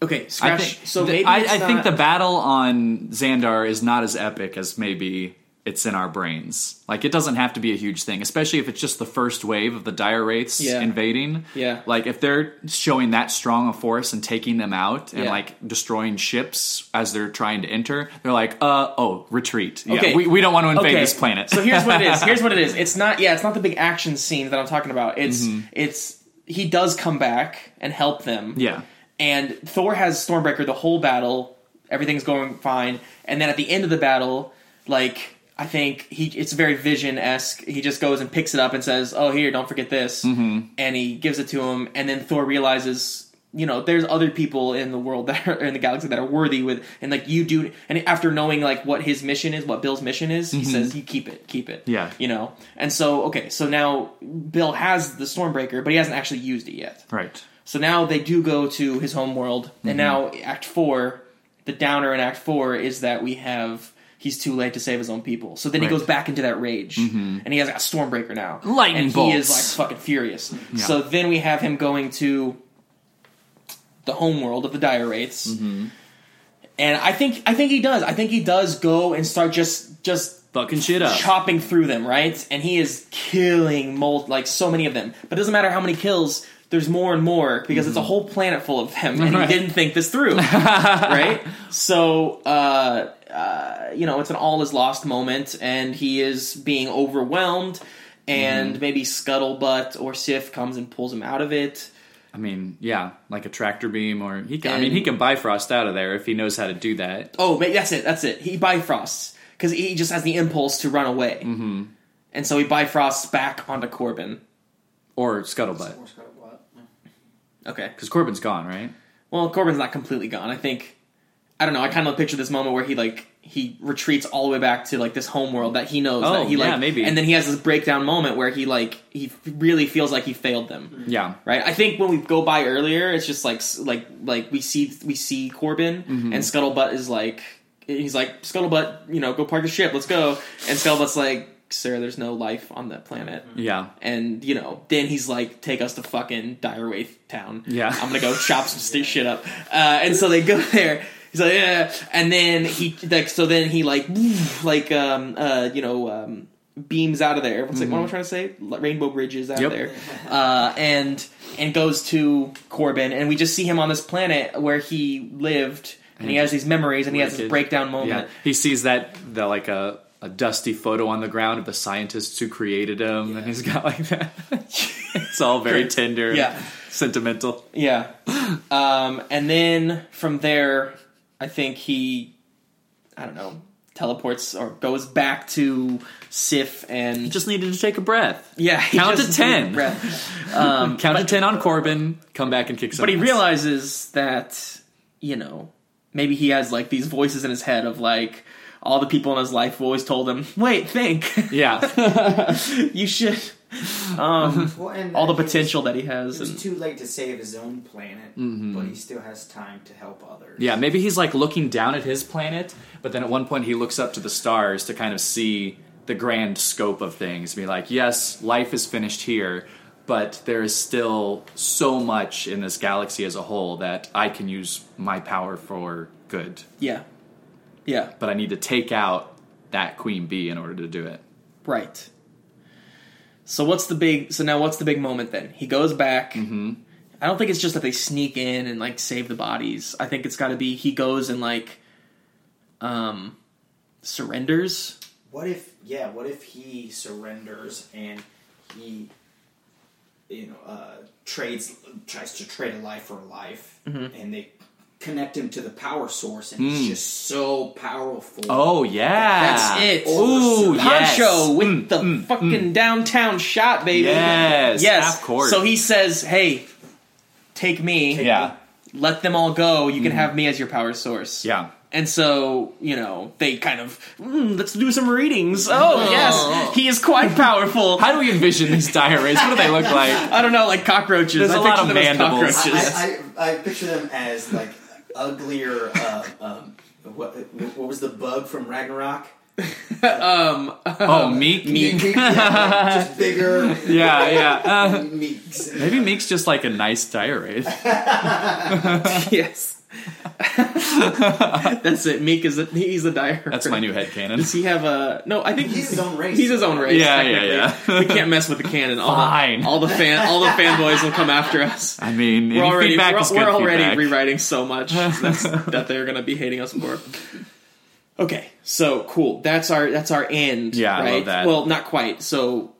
S1: Okay,
S2: I
S1: scratch.
S2: think,
S1: so
S2: the-
S1: maybe
S2: I,
S1: it's
S2: I think
S1: not-
S2: the battle on Xandar is not as epic as maybe it's in our brains. Like it doesn't have to be a huge thing, especially if it's just the first wave of the dire wraiths
S1: Yeah.
S2: invading.
S1: Yeah.
S2: Like if they're showing that strong a force and taking them out and
S1: Yeah.
S2: like destroying ships as they're trying to enter, they're like, uh oh, retreat. Yeah.
S1: Okay.
S2: We, we don't want to invade this planet.
S1: so here's what it is. Here's what it is. It's not yeah, it's not the big action scene that I'm talking about. It's it's he does come back and help them.
S2: Mm-hmm. yeah.
S1: And Thor has Stormbreaker the whole battle. Everything's going fine. And then at the end of the battle, like I think he it's very Vision esque. He just goes and picks it up and says, "Oh, here, don't forget this." And he gives it to him. And then Thor realizes. You know, there's other people in the world that are in the galaxy that are worthy with, and like you do. And after knowing like what his mission is, what Bill's mission is, he says, "You keep it, keep it."
S2: Yeah.
S1: you know. And so, okay, so now Bill has the Stormbreaker, but he hasn't actually used it yet.
S2: Right.
S1: So now they do go to his home world, and
S2: Mm-hmm.
S1: now Act Four, the downer in Act Four is that we have he's too late to save his own people. So then he
S2: Right. Mm-hmm.
S1: goes back into that rage, and he has a Stormbreaker now,
S2: Lightning
S1: and he is
S2: bolts.
S1: like fucking furious. So then we have him going to the home world of the Dire Wraiths,
S2: Mm-hmm.
S1: and I think I think he does. I think he does go and start just just
S2: Fucking shit up.
S1: chopping through them, right? And he is killing mold like so many of them. But it doesn't matter how many kills. There's more and more because it's a whole planet full of them, and
S2: Right.
S1: he didn't think this through, right? So, uh, uh, you know, it's an all is lost moment, and he is being overwhelmed, and maybe Scuttlebutt or Sif comes and pulls him out of it.
S2: I mean, yeah, like a tractor beam or he can, I
S1: And-
S2: mean, he can Bifrost out of there if he knows how to do that.
S1: Oh, ma- that's it. That's it. He bifrosts because he just has the impulse to run away, mm-hmm. and so he bifrosts back onto Corbin.
S2: Or Scuttlebutt.
S1: Okay,
S2: Because Corbin's gone, right?
S1: Well, Corbin's not completely gone. I think I don't know. I kind of picture this moment where he like he retreats all the way back to like this homeworld that he knows
S2: Oh,
S1: that he
S2: yeah,
S1: like
S2: maybe.
S1: and then he has this breakdown moment where he like he f- really feels like he failed them.
S2: Yeah.
S1: Right? I think when we go by earlier, it's just like s- like like we see we see Corbin
S2: Mm-hmm.
S1: and Scuttlebutt is like he's like Scuttlebutt, you know, go park your ship, let's go. And Scuttlebutt's like, "Sir, there's no life on that planet."
S2: Yeah.
S1: and you know, then he's like, "Take us to fucking Dire Wraith Town.
S2: Yeah.
S1: I'm gonna go chop some st- shit up." Uh, and so they go there. He's like, "Yeah," and then he like, so then he like, like um uh you know um beams out of there. What's like, what am I trying to say? L- Rainbow bridges out
S2: Mm-hmm. Yep.
S1: there, uh, and and goes to Corbin, and we just see him on this planet where he lived. And he has these memories, and he has this
S2: Wicked.
S1: breakdown moment.
S2: Yeah. He sees that, the, like a, a dusty photo on the ground of the scientists who created him, and he's got like that. it's all very tender, and
S1: Yeah.
S2: sentimental.
S1: Yeah. Um, and then from there, I think he, I don't know, teleports or goes back to Sif and
S2: Just needed to take a breath.
S1: yeah, he
S2: count to
S1: just-
S2: 10.
S1: breath.
S2: Count to ten on Corbin. Come back and kick some.
S1: But he
S2: ass.
S1: realizes that you know maybe he has like these voices in his head of like all the people in his life who always told him, wait, think,
S2: Yeah.
S1: you should. Um,
S4: Well, and
S1: all the
S4: he was-
S1: potential Mm-hmm. that he has,
S4: It was
S1: and
S4: too late to save his own planet, but he still has time to help others.
S2: Yeah. Maybe he's like looking down at his planet, but then at one point he looks up to the stars to kind of see the grand scope of things. Be like, yes, life is finished here, but there is still so much in this galaxy as a whole that I can use my power for good.
S1: yeah, yeah.
S2: But I need to take out that queen bee in order to do it.
S1: Right. So what's the big? So now what's the big moment then? He goes back.
S2: Mm-hmm.
S1: I don't think it's just that they sneak in and like save the bodies. I think it's got to be he goes and like, um, surrenders.
S4: What if, yeah, what if he surrenders and he, you know, uh, trades, tries to trade a life for a life,
S1: Mm-hmm.
S4: and they connect him to the power source, and
S1: Hmm.
S4: he's just so powerful.
S2: Oh yeah,
S1: That's it.
S2: Ooh, yes.
S1: Poncho with
S2: Mm,
S1: the
S2: mm,
S1: fucking downtown shot, baby.
S2: Yes,
S1: yes.
S2: of course.
S1: So he says, "Hey, take me.
S2: yeah,
S1: Let them all go. You can have me as your power source."
S2: Mm. yeah.
S1: And so, you know, they kind of, mm, let's do some readings. Oh, yes, he is quite powerful.
S2: How do we envision these diaries? What do they look like?
S1: I don't know, like cockroaches.
S2: There's
S1: I
S2: a lot
S1: picture
S2: of
S1: them as
S2: mandibles.
S1: cockroaches.
S4: I, I, I picture them as like uglier. Uh, um, what, what was the bug from Ragnarok?
S1: Um,
S2: Oh, Meek.
S4: Yeah, like, just bigger.
S2: Yeah, yeah. Uh,
S4: Meeks.
S2: maybe Meek's just like a nice diary.
S1: yes. That's it. Meek is the, he's the die herder.
S2: That's my new head cannon.
S1: Does he have a no? I think
S3: He's his own race.
S1: He's his own race.
S2: Yeah, yeah,
S1: technically.
S2: yeah.
S1: we can't mess with the canon. All
S2: Fine.
S1: the, all the fan, all the fanboys will come after us.
S2: I mean,
S1: We're
S2: any
S1: already
S2: feedback
S1: we're,
S2: is good
S1: we're already
S2: feedback.
S1: rewriting so much that's, that they're gonna be hating us for. it. Okay, so cool. That's our that's our end.
S2: Yeah, I
S1: right?
S2: love that.
S1: Well, not quite. So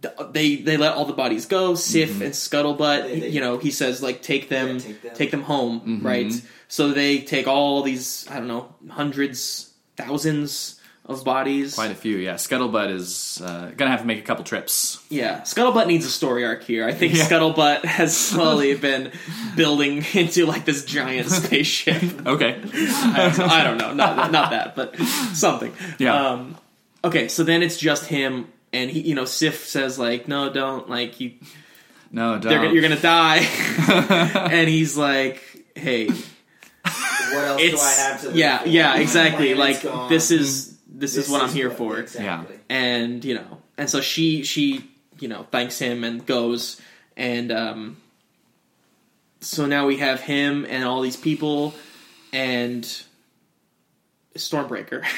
S1: d- they they let all the bodies go. Sif
S2: Mm-hmm.
S1: and Scuttlebutt.
S3: They- they-
S1: you know, he says like take them,
S3: Yeah, take them.
S1: home,
S2: Mm-hmm.
S1: right? So they take all these I don't know hundreds, thousands of bodies.
S2: Quite a few, yeah. Scuttlebutt is uh, gonna have to make a couple trips.
S1: Yeah, Scuttlebutt needs a story arc here. I think
S2: Yeah.
S1: Scuttlebutt has slowly been building into like this giant spaceship.
S2: Okay,
S1: I, I don't know, not not that, but something.
S2: Yeah.
S1: Um, okay, so then it's just him, and he, you know, Sif says like, "No, don't like you.
S2: no, don't.
S1: They're, gonna- You're gonna die." and he's like, "Hey,
S3: What else do I
S1: it's
S3: have to live
S1: yeah,
S3: for?
S1: yeah,
S3: My
S1: exactly.
S3: planet's
S1: Like
S3: gone.
S1: this is this, is what I'm here for."
S3: Exactly.
S1: and you know and so she she you know thanks him and goes and um so now we have him and all these people and stormbreaker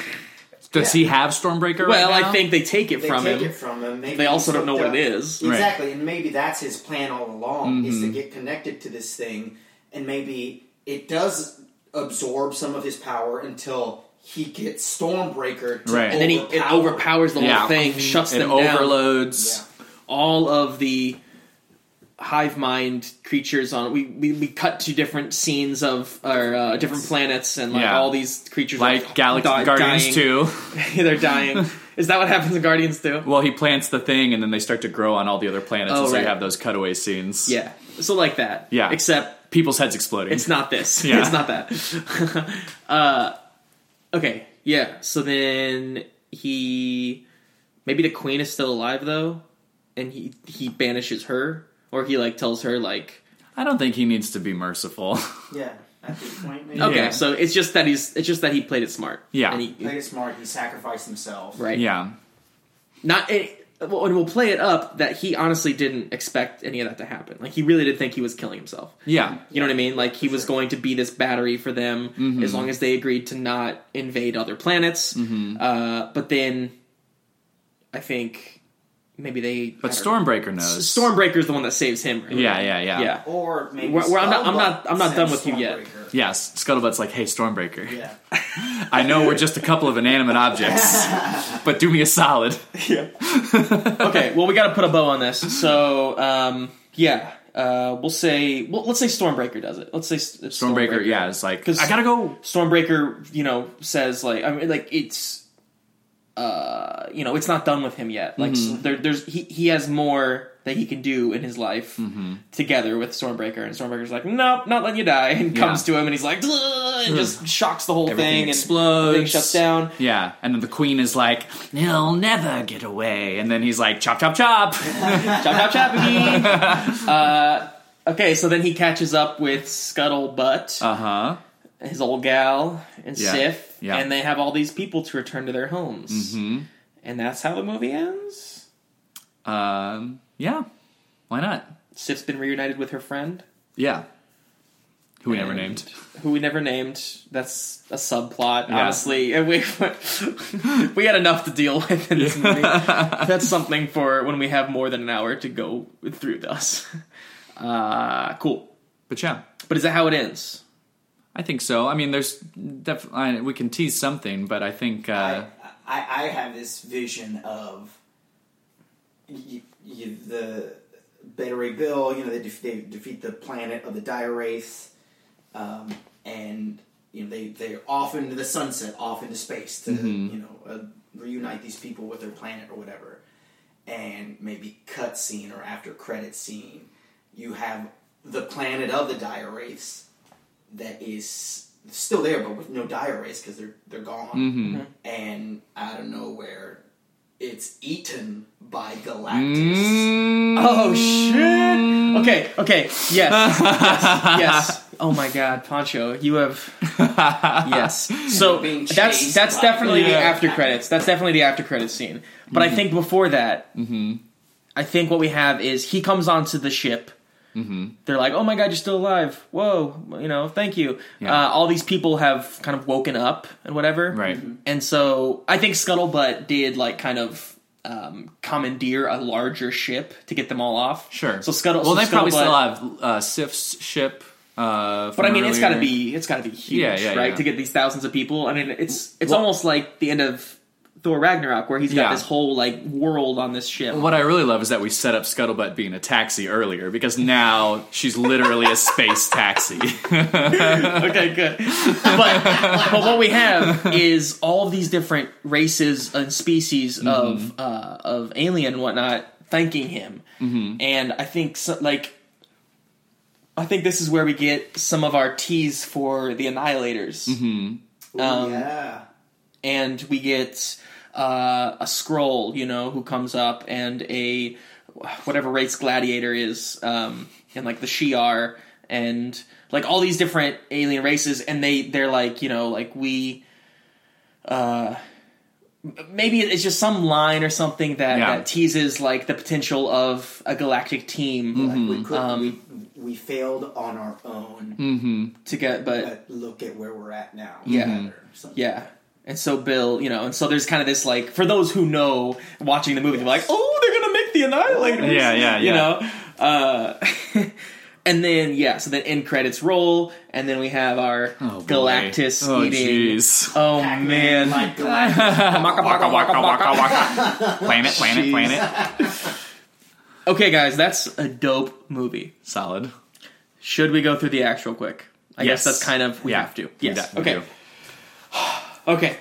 S2: Does he have Stormbreaker?
S1: well
S2: right now?
S1: i think they take it
S3: They
S1: from
S3: take
S1: him
S3: it from him. Maybe
S1: they also
S3: he's
S1: don't know
S3: hooked
S1: what it
S3: up.
S1: is Mm-hmm.
S2: Right.
S3: Exactly, and maybe that's his plan all along is to get connected to this thing, and maybe it does absorb some of his power until he gets Stormbreaker. To
S2: Right.
S1: and then he it overpowers the
S2: Yeah. Mm-hmm.
S1: whole thing shuts
S2: it
S1: them down
S2: overloads.
S3: Yeah.
S1: all of the hive mind creatures on we, we we cut to different scenes of or uh, different planets and like
S2: Yeah.
S1: all these creatures are
S2: Like Galaxy
S1: di-
S2: Guardians
S1: dying.
S2: too.
S1: they're dying. Is that what happens in Guardians too?
S2: Well, he plants the thing, and then they start to grow on all the other planets,
S1: Oh,
S2: and so you
S1: right.
S2: have those cutaway scenes.
S1: Yeah. So like that.
S2: Yeah.
S1: Except
S2: people's heads exploding.
S1: it's not this.
S2: Yeah.
S1: It's not that. uh, okay. Yeah. So then he maybe the queen is still alive though, and he he banishes her, or he like tells her like
S2: I don't think he needs to be merciful.
S3: Yeah, at this point, maybe.
S1: okay.
S2: Yeah.
S1: So it's just that he's it's just that he played it smart.
S2: Yeah.
S1: And he,
S3: Play it smart. He sacrificed himself.
S1: right.
S2: yeah,
S1: not it, well, and we'll play it up that he honestly didn't expect any of that to happen. Like he really did think he was killing himself.
S2: yeah, Mm-hmm.
S1: You know what I mean? Like he was going to be this battery for them as long as they agreed to not invade other planets.
S2: Mm-hmm.
S1: Uh, but then I think maybe they.
S2: but
S1: I don't know.
S2: Stormbreaker knows.
S1: Stormbreaker is the one that saves him. Right?
S2: Yeah, yeah, yeah,
S1: yeah.
S3: Or maybe
S1: Well, well, I'm not- I'm not-
S3: Scuttlebutt
S1: I'm not done with
S3: sends
S1: you yet.
S3: Stormbreaker.
S2: Yes, Scuttlebutt's like, "Hey, Stormbreaker,
S3: Yeah.
S2: I know we're just a couple of inanimate objects, but do me a solid."
S1: okay, well, we got to put a bow on this. So, um, yeah, uh, we'll say, well, let's say Stormbreaker does it. Let's say S- it's
S2: Stormbreaker, yeah, it's like,
S1: 'Cause-
S2: "I gotta go."
S1: Stormbreaker, you know, says like, I mean, like it's, uh, you know, it's not done with him yet. Like
S2: Mm-hmm.
S1: s- there, there's he he has more that he can do in his life
S2: Mm-hmm.
S1: together with Stormbreaker, and Stormbreaker's like, nope, not letting you die, and comes to him, and he's like, "Ugh," and just shocks the whole
S2: Everything
S1: thing, and
S2: explodes.
S1: thing shuts down.
S2: Yeah, and then the queen is like, "He'll never get away," and then he's like, "Chop, chop, chop."
S1: chop chop chop again. uh, okay, so then he catches up with Scuttlebutt,
S2: Uh huh.
S1: his old gal, and
S2: Yeah,
S1: Sif,
S2: yeah. Mm-hmm.
S1: and they have all these people to return to their homes, and that's how the movie ends.
S2: Um, yeah. Why not?
S1: Sif's been reunited with her friend,
S2: Yeah. Who we never
S1: And-
S2: named.
S1: who we never named. That's a subplot,
S2: Yeah.
S1: honestly. And we we had enough to deal with in this movie. That's something for when we have more than an hour to go through this. Uh, cool.
S2: But yeah,
S1: But is that how it ends?
S2: I think so. I mean, there's def- I, we can tease something, but I think uh,
S3: I, I, I have this vision of y y the Betteray Bill, you know, they, def- they defeat the planet of the Dire Race, um, and you know they they're off into the sunset, off into space to you know uh, reunite these people with their planet or whatever, and maybe cut scene or after credit scene, you have the planet of the Dire Race that is still there, but with no dire race because they're they're gone.
S1: Mm-hmm.
S3: And out of nowhere, it's eaten by Galactus.
S1: Oh shit! Okay, okay, yes, yes, yes. Oh my god, Pancho, you have yes. So
S3: Being
S1: that's
S3: chased
S1: that's
S3: by-
S1: definitely the
S2: Yeah. Mm-hmm.
S1: after credits. That's definitely the after credits scene. But I think before that, I think what we have is he comes onto the ship
S2: Mm-hmm.
S1: They're like, "Oh my god, you're still alive! Whoa, you know, thank you."
S2: Yeah.
S1: Uh, all these people have kind of woken up and whatever,
S2: Right.
S1: And so I think Scuttlebutt did like kind of um, commandeer a larger ship to get them all off.
S2: Sure.
S1: So Scuttle. so
S2: Well, they probably
S1: Scuttlebutt-
S2: still have uh, Sif's ship. Uh,
S1: But I mean, it's got to
S2: earlier.
S1: be it's got to be huge,
S2: Yeah, yeah,
S1: right?
S2: yeah.
S1: To get these thousands of people. I mean, it's it's
S2: Well-
S1: almost like the end of Thor Ragnarok, where he's got
S2: Yeah.
S1: this whole like world on this ship.
S2: What I really love is that we set up Scuttlebutt being a taxi earlier because now she's literally a space taxi.
S1: okay, good. But but what we have is all of these different races and species
S2: Mm-hmm.
S1: of uh, of alien and whatnot thanking him,
S2: Mm-hmm.
S1: and I think so, like. I think this is where we get some of our teas for the Annihilators, Mm-hmm.
S4: Ooh, yeah.
S1: and we get uh, a scroll, you know, who comes up, and a whatever race Gladiator is, um, and like the Shi'ar, and like all these different alien races, and they they're like, you know, like we uh, maybe it's just some line or something that,
S2: Yeah.
S1: that teases like the potential of a galactic team
S3: Mm-hmm.
S4: We, could,
S1: Um,
S4: we, we failed on our own.
S2: Mm-hmm.
S1: to get, but
S4: But look at where we're at now.
S1: mm. Yeah.
S4: Rather, something like
S1: Yeah.
S4: that.
S1: And so Bill, you know, and so there's kind of this like for those who know watching the movie, they're like, oh, they're gonna make the Annihilators.
S2: Yeah, yeah,
S1: You
S2: yeah.
S1: know, uh, and then yeah, so then end credits roll, and then we have our
S2: Oh, boy.
S1: Galactus
S2: oh,
S1: eating.
S2: jeez.
S1: Oh
S4: Pac-Man,
S1: man,
S4: like Galactus.
S2: waka waka waka waka. Planet, planet,
S1: Jeez.
S2: planet.
S1: okay, guys, that's a dope movie.
S2: Solid.
S1: Should we go through the actual quick? I guess
S2: Yes.
S1: that's kind of we
S2: Yeah.
S1: have to.
S2: We
S1: Yes.
S2: de- we
S1: okay.
S2: do.
S1: Okay.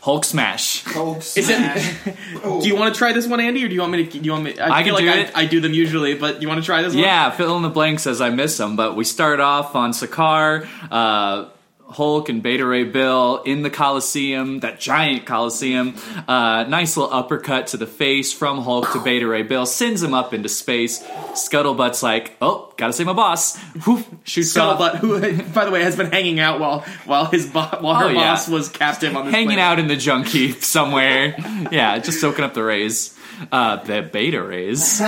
S2: Hulk smash.
S4: Coke
S1: Is
S4: smash.
S1: it?
S4: Oh.
S1: do you want to try this one, Andy, or do you want me to? Do you want me?
S2: I
S1: feel like
S2: can do
S1: I,
S2: it.
S1: I do them usually, but you want to try this one?
S2: Yeah, fill in the blanks as I miss them. But we start off on Sakaar, uh, Hulk, and Beta Ray Bill in the Coliseum, that giant Coliseum. Uh, nice little uppercut to the face from Hulk to Beta Ray Bill, sends him up into space. Scuttlebutt's like, oh, gotta save my boss. Whoop, shoots off.
S1: Scuttlebutt, who, by the way, has been hanging out while while his bo- while her
S2: Oh, yeah.
S1: boss was captive on this
S2: hanging
S1: planet.
S2: out in the junk heap somewhere. yeah, just soaking up the rays. Uh, the beta rays.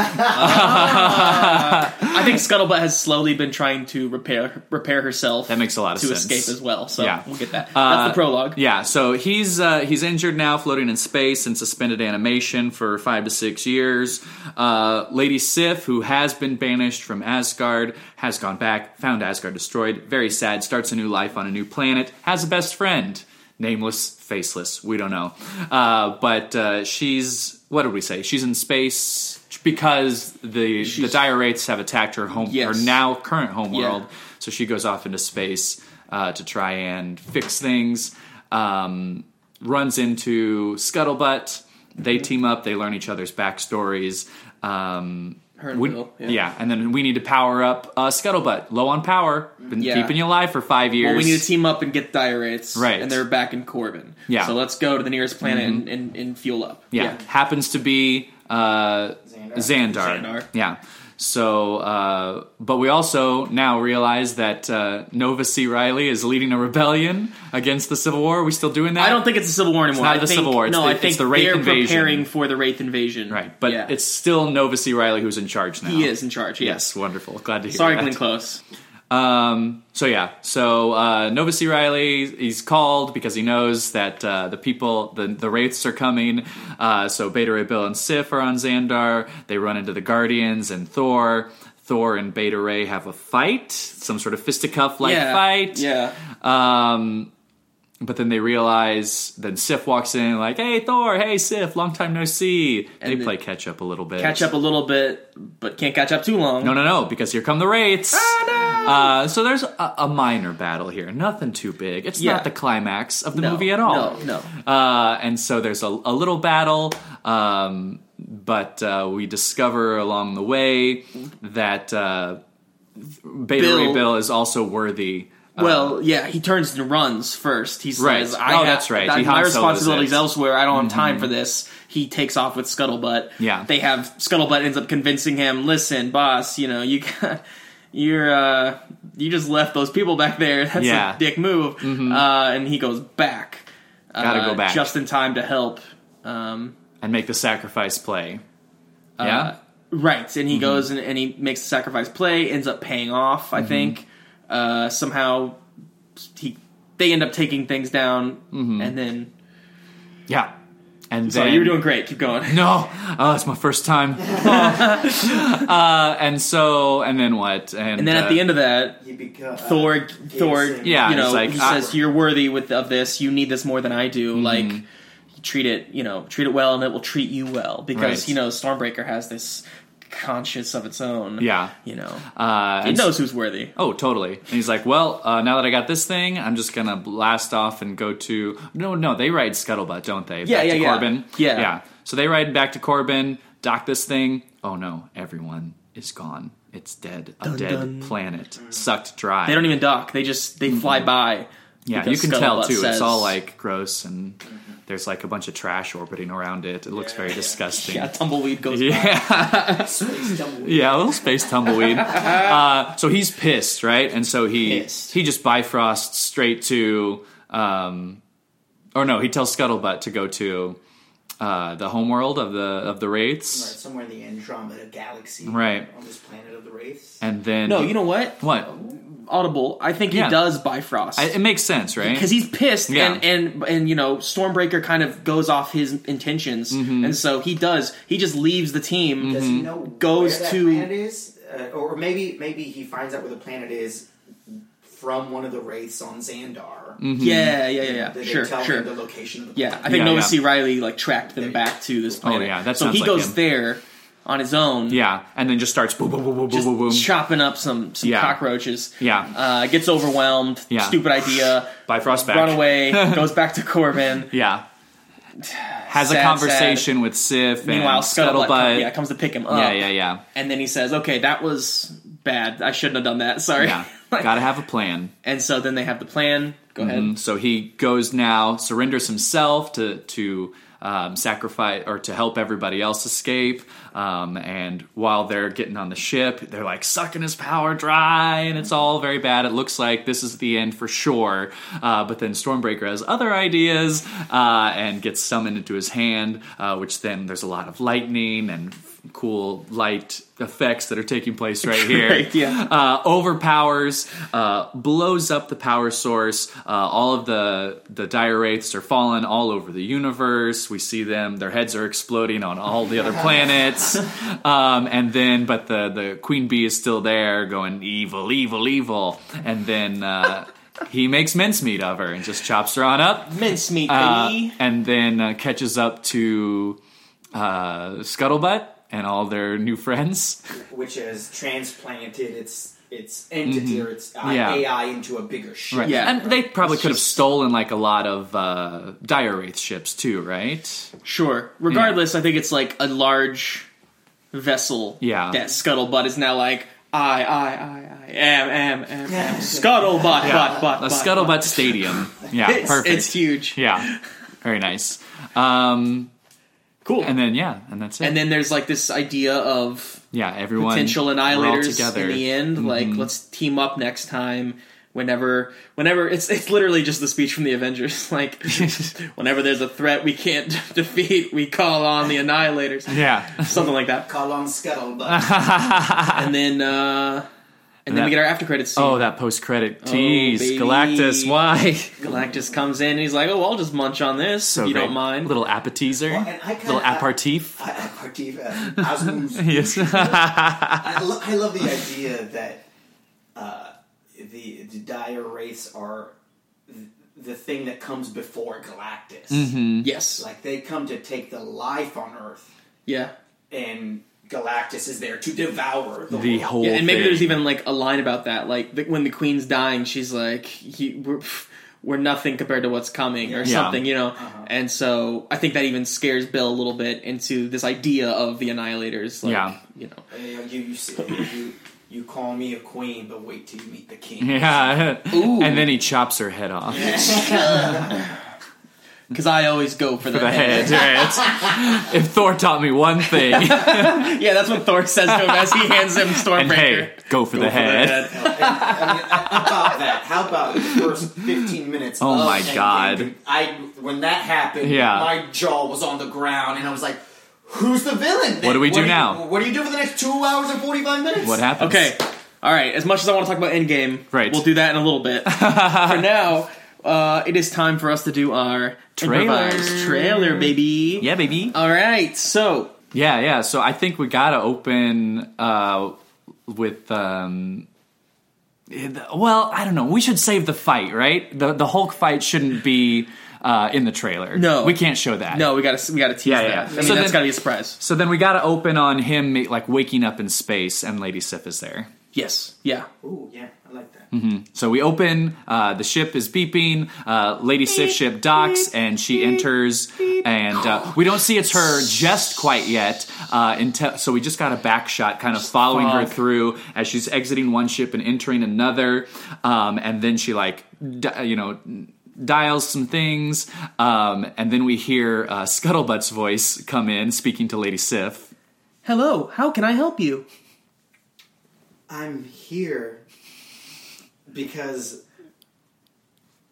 S1: I think Scuttlebutt has slowly been trying to repair repair herself.
S2: That makes a lot of
S1: to
S2: sense.
S1: escape as well. So
S2: Yeah.
S1: we'll get that.
S2: Uh,
S1: That's the prologue.
S2: Yeah, so he's uh, he's injured now, floating in space in suspended animation for five to six years. Uh, Lady Sif, who has been banished from Asgard, has gone back, found Asgard destroyed, very sad, starts a new life on a new planet, has a best friend, nameless, faceless, we don't know, uh, but uh, she's what did we say? She's in space because the the diorites have attacked her home,
S1: Yes.
S2: her now current home
S1: Yeah.
S2: world. So she goes off into space uh, to try and fix things. Um, runs into Scuttlebutt.
S1: Mm-hmm.
S2: They team up. They learn each other's backstories. Um,
S1: Her and
S2: we-
S1: Bill, yeah.
S2: and then we need to power up uh, Scuttlebutt. Low on power. Been
S1: Yeah.
S2: keeping you alive for five years.
S1: Well, we need to team up and get diorites,
S2: Right.
S1: And they're back in Corbin.
S2: Yeah. Mm-hmm.
S1: So let's go to the nearest planet and, and, and fuel up.
S2: yeah. happens to be uh,
S4: Xandar.
S2: Xandar.
S1: Xandar.
S2: Yeah. So, uh, but we also now realize that uh, Nova C. Riley is leading a rebellion against the Civil War. Are we still doing that?
S1: I don't think it's the Civil War anymore.
S2: not
S1: I
S2: the
S1: think-
S2: Civil War, it's
S1: no,
S2: the-
S1: I
S2: it's
S1: think
S2: the Wraith
S1: they're
S2: invasion.
S1: preparing for the Wraith invasion.
S2: Right, but
S1: Yeah.
S2: it's still Nova C. Riley who's in charge now.
S1: he is in charge. Yes.
S2: Yes, wonderful. Glad to hear
S1: Sorry,
S2: that.
S1: Glenn Close.
S2: Um, so yeah, so uh, Nova C. Riley, he's called because he knows that uh, the people, the the wraiths are coming. Uh, so Beta Ray Bill and Sif are on Xandar. They run into the Guardians and Thor. Thor and Beta Ray have a fight, some sort of fisticuff like
S1: yeah.
S2: fight.
S1: Yeah.
S2: Um, but then they realize. Then Sif walks in, like, "Hey Thor, hey Sif, long time no see." they
S1: then-
S2: play catch up a little bit.
S1: catch up a little bit, but can't catch up too long.
S2: No, no, no, because here come the Wraiths.
S1: Ah,
S2: uh, so there's a, a minor battle here. Nothing too big. It's
S1: Yeah.
S2: not the climax of the
S1: No,
S2: movie at all.
S1: no,
S2: Uh, and so there's a, a little battle, um, but uh, we discover along the way that uh, Beta
S1: Bill-
S2: Ray Bill is also worthy. uh,
S1: Well, yeah, he turns and runs first. He says,
S2: Right.
S1: I
S2: Oh,
S1: ha-
S2: that's right.
S1: that-
S2: He
S1: my
S2: Han Solos
S1: responsibility's
S2: it.
S1: elsewhere. I don't have time for this. He takes off with Scuttlebutt.
S2: Mm-hmm. Yeah.
S1: They have Scuttlebutt ends up convincing him, "Listen, boss, you know, you got, you're uh you just left those people back there. That's
S2: Yeah. Mm-hmm.
S1: a dick move." Uh and he goes back.
S2: Gotta
S1: uh,
S2: go back.
S1: Just in time to help. Um
S2: and make the sacrifice play. Yeah.
S1: Uh,
S2: Mm-hmm.
S1: Right, and he goes and, and he makes the sacrifice play, ends up paying off,
S2: Mm-hmm.
S1: I think. Uh, somehow he they end up taking things down, and then
S2: Yeah. And
S1: so
S2: Mm-hmm. then,
S1: you were doing great. Keep going.
S2: No, oh, it's my first time. uh, and so, and then what? And, uh,
S1: And then at the end of that,
S4: He
S3: uh,
S4: becomes
S1: Thor, Thor,
S4: him-
S2: Yeah,
S1: you know,
S2: it's like,
S1: he
S2: I- Mm-hmm.
S1: says you're worthy with of this. You need this more than I do. Like, treat it, you know, treat it well, and it will treat you well because
S2: Right.
S1: you know Stormbreaker has this conscience of its own.
S2: Yeah.
S1: you know,
S2: uh,
S1: it
S2: and
S1: knows who's worthy.
S2: Oh, totally. And he's like, well, uh, now that I got this thing, I'm just gonna blast off and go to. No, no, they ride scuttlebutt, don't they?
S1: Yeah,
S2: back
S1: yeah,
S2: to
S1: yeah.
S2: Corbin.
S1: Yeah.
S2: yeah. So they ride back to Corbin, dock this thing. Oh no, everyone is gone. It's dead. A dead
S1: dun.
S2: planet, sucked dry.
S1: They don't even dock. They just they fly by.
S2: Mm-hmm. yeah, you
S1: because
S2: can tell
S1: Scuttlebutt
S2: too.
S1: says- Mm-hmm.
S2: It's all like gross and there's like a bunch of trash orbiting around it. It looks
S4: Yeah.
S2: very
S4: Yeah.
S2: disgusting.
S1: yeah, tumbleweed goes. by.
S2: Yeah.
S4: space tumbleweed.
S2: Yeah, a little space tumbleweed. uh, so he's pissed, right? And so he
S1: Pissed.
S2: he just bifrosts straight to, um, or no, he tells Scuttlebutt to go to uh, the homeworld of the of the
S4: Right,
S2: wraiths,
S4: somewhere in the Andromeda galaxy.
S2: Right.
S4: On this planet of the Wraiths.
S2: and then
S1: No, you know what?
S2: what?
S1: Audible. I think he
S2: Yeah.
S1: does Bifrost.
S2: I, it makes sense, right?
S1: because he's pissed
S2: Yeah.
S1: and and and you know stormbreaker kind of goes off his intentions
S2: Mm-hmm.
S1: and so he does he just leaves the team
S4: Does he know
S1: Goes
S4: where that
S1: to-
S4: planet is? Uh, or maybe maybe he finds out where the planet is from one of the Wraiths on Xandar.
S1: yeah yeah yeah
S4: Did
S1: yeah
S4: they
S1: sure
S4: tell
S1: sure
S4: him the location of the
S1: yeah i
S4: planet?
S1: think
S2: Mm-hmm. Yeah,
S1: Noah
S2: yeah. Oh,
S1: C. riley like tracked them back to this planet
S2: yeah, that
S1: so
S2: sounds
S1: he
S2: like
S1: goes
S2: him.
S1: there on his own
S2: yeah, and then just starts boom, boom, boom, boom, boom,
S1: just
S2: boom, boom.
S1: chopping up some some
S2: Yeah.
S1: cockroaches
S2: Yeah.
S1: uh, gets overwhelmed
S2: Yeah.
S1: stupid idea
S2: Bifrost back.
S1: run away goes back to corbin
S2: Yeah. Has
S1: Sad,
S2: a
S1: sad.
S2: conversation with Sif.
S1: meanwhile
S2: and
S1: scuttlebutt,
S2: Scuttlebutt.
S1: yeah comes to pick him up
S2: yeah, yeah, yeah.
S1: and then he says okay that was bad i shouldn't have done that sorry
S2: yeah.
S1: Like-
S2: Gotta have a plan.
S1: And so then they have the plan. Go
S2: And
S1: ahead.
S2: so he goes now, surrenders himself to to um, sacrifice or to help everybody else escape. Um, and while they're getting on the ship, they're like sucking his power dry, and it's all very bad. It looks like this is the end for sure. Uh, but then Stormbreaker has other ideas uh, and gets summoned into his hand, uh, which then there's a lot of lightning and cool light effects that are taking place right here
S1: Right, yeah.
S2: uh, overpowers, uh, blows up the power source. Uh, all of the the dire wraiths are fallen all over the universe. We see them; their heads are exploding on all the other planets. Um, and then, but the the queen bee is still there, going evil, evil, evil. And then uh, he makes mincemeat of her and just chops her on up.
S1: Mincemeat,
S2: Uh,
S1: baby.
S2: and then uh, catches up to uh, Scuttlebutt and all their new friends.
S4: Which has transplanted its its entity or its I-
S2: Yeah.
S4: AI into a bigger ship.
S2: Right.
S1: Yeah.
S2: and they probably could have stolen like a lot of uh, dire wraith ships too, right?
S1: sure. Regardless, I think it's like a large vessel.
S2: Yeah.
S1: That scuttlebutt is now like I, I, I, I am, am, am, am. Scuttlebutt, butt, butt,
S2: A
S1: butt.
S2: scuttlebutt
S1: butt.
S2: stadium. Yeah,
S1: It's,
S2: perfect.
S1: it's huge.
S2: yeah, very nice. Um,
S1: Cool.
S2: and then yeah, and that's it.
S1: And then there's like this idea of
S2: yeah, everyone
S1: potential
S2: we're all
S1: annihilators
S2: together. Mm-hmm.
S1: in the end. Like, let's team up next time. Whenever, whenever it's it's literally just the speech from the Avengers. Like, whenever there's a threat we can't defeat, we call on the annihilators.
S2: Yeah,
S1: Something like that.
S4: Call on Scuttlebutt.
S1: and then uh and then we
S2: that-
S1: get our after credits scene.
S2: oh, that post credit tease,
S1: baby.
S2: Galactus. Why?
S1: Galactus comes in and he's like, "Oh, I'll just munch on this if you
S2: great.
S1: don't mind."
S2: Little appetizer,
S4: Well, and I kinda-
S2: little aperitif.
S4: Partiva. Asmus.
S2: yes.
S4: I, lo- I love the idea that uh, the the dire wraiths are th- the thing that comes before Galactus.
S2: Mm-hmm.
S1: Yes,
S4: Like they come to take the life on Earth,
S1: yeah.
S4: and Galactus is there to devour the,
S2: the
S4: world.
S2: whole
S1: yeah, and maybe
S2: thing.
S1: there's even like a line about that, like the, when the queen's dying, she's like, he, "We're pff, we're nothing compared to what's coming," or
S4: Yeah.
S1: something, you know. And so I think that even scares Bill a little bit into this idea of the Annihilators. Like,
S2: Yeah.
S1: you know,
S4: And, you, know, you, you, say- you you call me a queen, but wait till you meet the king.
S2: yeah,
S1: Ooh.
S2: and then he chops her head off.
S1: because I always go for the,
S2: the
S1: head.
S2: head. right? if Thor taught me one thing,
S1: Yeah, that's what Thor says to him as he hands him
S2: and
S1: Stormbreaker.
S2: hey, go for the
S1: for the
S2: head.
S1: head.
S4: I mean, how about that? How about the first fifteen minutes?
S2: Oh
S4: of
S2: my
S4: Endgame?
S2: God.
S4: I when that happened,
S2: Yeah.
S4: my jaw was on the ground, and I was like, who's the villain? then?
S2: What do we do
S4: you-
S2: now?
S4: what do you do for the next two hours and forty five minutes?
S2: What happens?
S1: Okay. All right. As much as I want to talk about Endgame,
S2: Right.
S1: We'll do that in a little bit. for now, uh, it is time for us to do our
S2: Trailer.
S1: improvised trailer, baby.
S2: Yeah, baby.
S1: All right. So
S2: Yeah, yeah. So I think we gotta open uh, with. Um, eh, the- well, I don't know. We should save the fight, right? The the Hulk fight shouldn't be uh, in the trailer.
S1: No.
S2: we can't show that.
S1: no, we gotta we gotta tease
S2: Yeah,
S1: that.
S2: yeah.
S1: I mean,
S2: So
S1: that's
S2: then-
S1: gotta be a surprise.
S2: So then we gotta open on him ma- like waking up in space, and Lady Sif is there.
S1: Yes. Yeah.
S4: Ooh, yeah, I like that.
S2: So we open. Uh, the ship is beeping. Uh, Lady Sif ship docks, and she enters. And uh, we don't see it's her just quite yet. Uh, until, so we just got a back shot, kind of following her
S1: Fuck.
S2: through as she's exiting one ship and entering another. Um, and then she like, di- you know. Dials some things, um, and then we hear uh, Scuttlebutt's voice come in, speaking to Lady Sif.
S1: Hello. How can I help you?
S4: I'm here because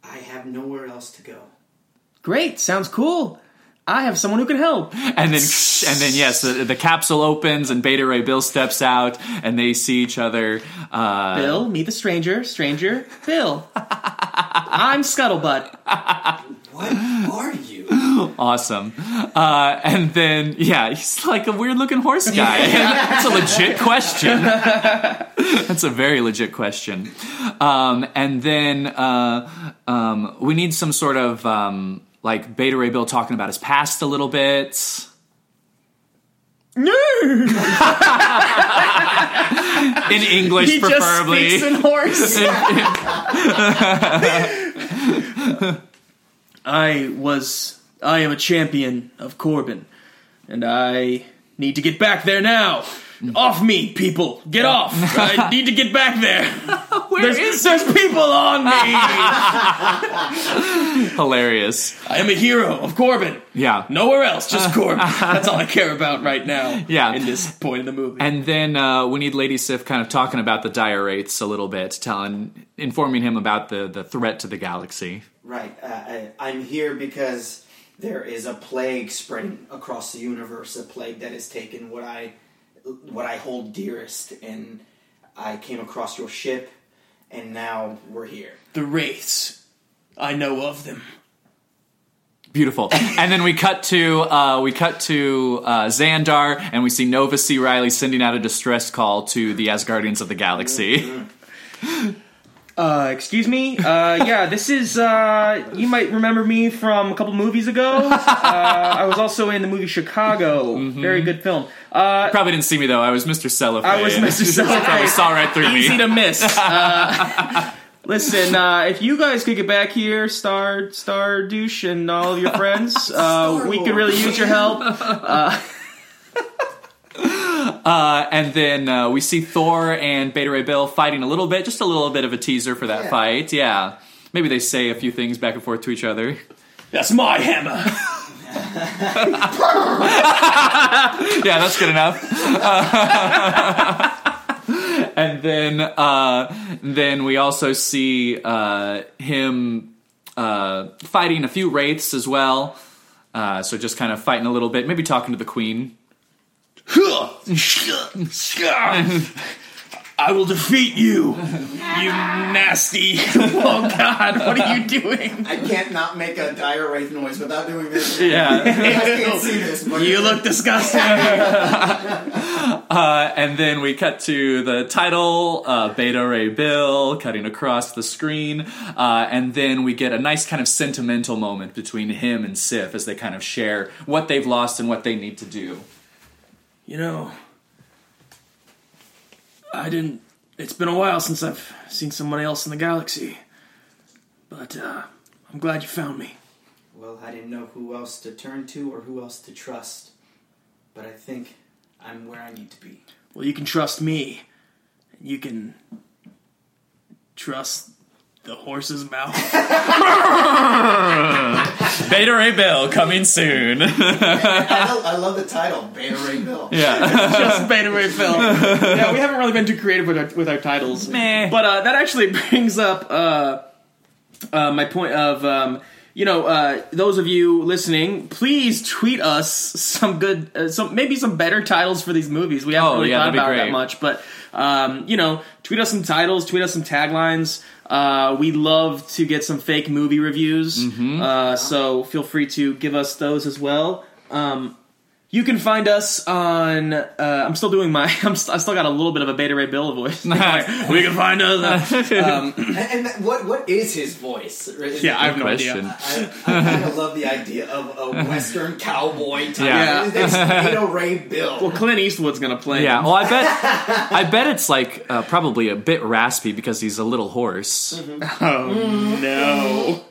S4: I have nowhere else to go.
S1: Great. Sounds cool. I have someone who can help.
S2: and then and then yes, the, the capsule opens and Beta Ray Bill steps out and they see each other. Uh,
S1: Bill, meet the stranger. Stranger, Bill. I'm Scuttlebutt.
S4: What are you?
S2: awesome. Uh, and then yeah, he's like a weird looking horse guy. That's a legit question. That's a very legit question. Um, and then uh, um, we need some sort of um, like Beta Ray Bill talking about his past a little bit. In English,
S1: he just
S2: preferably.
S1: speaks in horse. I was. I am a champion of Corbin, and I need to get back there now. Off me, people! Get off! I need to get back there. there's, there's people on me. I
S2: Hilarious.
S1: am a hero of Corbin.
S2: Yeah.
S1: Nowhere else, just Corbin. That's all I care about right now.
S2: Yeah.
S1: In this point in the movie.
S2: And then uh, we need Lady Sif kind of talking about the diorates a little bit, telling, informing him about the, the threat to the galaxy.
S4: right, uh, I, I'm here because there is a plague spreading across the universe, a plague that has taken what I what I hold dearest and I came across your ship and now we're here.
S1: the wraiths. I know of them.
S2: Beautiful. and then we cut to uh, we cut to uh, Xandar, and we see Nova C. Riley sending out a distress call to the Asgardians of the
S1: Mm-hmm.
S2: Galaxy.
S1: Uh, excuse me? Uh, yeah, this is, uh, you might remember me from a couple movies ago. Uh, I was also in the movie Chicago. Very good film. Uh,
S2: Probably didn't see me though. I was Mr. Cellophane.
S1: I was Mr.
S2: Probably
S1: Cellophane.
S2: saw right through
S1: easy
S2: me.
S1: to miss. Uh, listen, uh, if you guys could get back here, Star Star Douche and all of your friends, uh, we could really use your help.
S2: Uh, and then uh, we see Thor and Beta Ray Bill fighting a little bit, just a little bit of a teaser for that
S4: Yeah.
S2: fight. Yeah, maybe they say a few things back and forth to each other.
S1: That's my hammer.
S2: yeah, that's good enough. Uh, and then uh, then we also see uh, him uh, fighting a few wraiths as well. Uh, so just kind of fighting a little bit, maybe talking to the queen.
S1: I will defeat you, you nasty. Oh God, what are you doing?
S4: I can't not make a dire wraith noise without doing this.
S2: Yeah,
S4: I can't see this. But
S1: You look disgusting.
S2: uh, and then we cut to the title, uh, Beta Ray Bill, cutting across the screen, uh, and then we get a nice kind of sentimental moment between him and Sif as they kind of share what they've lost and what they need to do.
S1: You know, I didn't. It's been a while since I've seen someone else in the galaxy, but uh, I'm glad you found me.
S4: Well, I didn't know who else to turn to or who else to trust, but I think I'm where I need to be.
S1: Well, you can trust me. and You can trust the horse's mouth.
S2: Beta Ray Bill coming soon.
S4: I, love, I love the title, Beta Ray Bill.
S2: yeah.
S1: just beta ray film. yeah, we haven't really been too creative with our, with our titles.
S2: Meh.
S1: But uh, that actually brings up uh, uh, my point of um, you know, uh, those of you listening, please tweet us some good, uh, some maybe some better titles for these movies. We haven't
S2: Oh,
S1: really
S2: yeah,
S1: thought
S2: that'd be
S1: about it that
S2: great.
S1: much, but um, you know, tweet us some titles, tweet us some taglines. Uh, we love to get some fake movie reviews,
S2: Mm-hmm.
S1: uh, so feel free to give us those as well. Um, you can find us on. Uh, I'm still doing my. I'm st- I still got a little bit of a Beta Ray Bill voice. we can find us.
S3: And, and what what is his voice?
S1: Yeah, I have no idea.
S2: question.
S3: I, I kind of love the idea of a western cowboy type.
S2: Yeah.
S3: It's Beto Ray Bill.
S1: Well, Clint Eastwood's gonna play.
S2: Yeah, well, I bet, I bet it's like uh, probably a bit raspy because he's a little hoarse.
S1: No.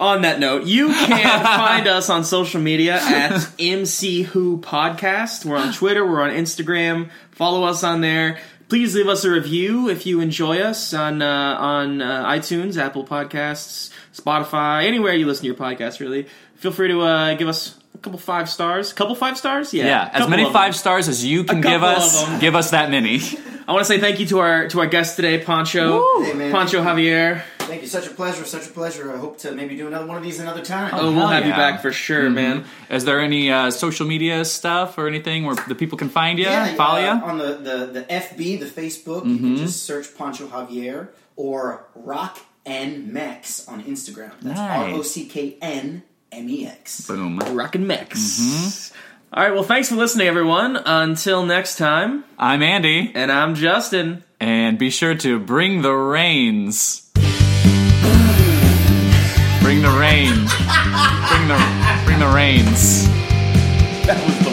S1: on that note, you can find us on social media at MC Who Podcast. We're on Twitter, we're on Instagram. Follow us on there. Please leave us a review if you enjoy us on uh, on uh, iTunes, Apple Podcasts, Spotify, anywhere you listen to your podcast. Really, feel free to uh, give us a couple five stars. Couple five stars, yeah.
S2: Yeah, as
S1: couple
S2: many
S1: of them.
S2: five stars as you can give
S1: couple
S2: us,
S1: of 'em.
S2: give us that many.
S1: I want to say thank you to our to our guest today, Pancho,
S2: Woo.
S3: Hey, man.
S1: Pancho Javier.
S3: Thank you. Such a pleasure. Such a pleasure. I hope to maybe do another one of these another time.
S1: Oh, we'll
S2: hell
S1: have you
S2: yeah. Mm-hmm.
S1: back for sure, man.
S2: Is there any uh, social media stuff or anything where the people can find you,
S3: yeah,
S2: follow Mm-hmm. you?
S3: uh, on the, the, the FB, the Facebook, you can just search Pancho Javier or Rock N Mex on Instagram. That's
S2: Nice.
S3: R O C K N M E X.
S2: Boom.
S1: Rockin' Mix. Mm-hmm. All right, well, thanks for listening, everyone. Until next time,
S2: I'm Andy,
S1: and I'm Justin.
S2: and be sure to bring the rains. Bring the rain. Bring the bring the rains.
S1: That was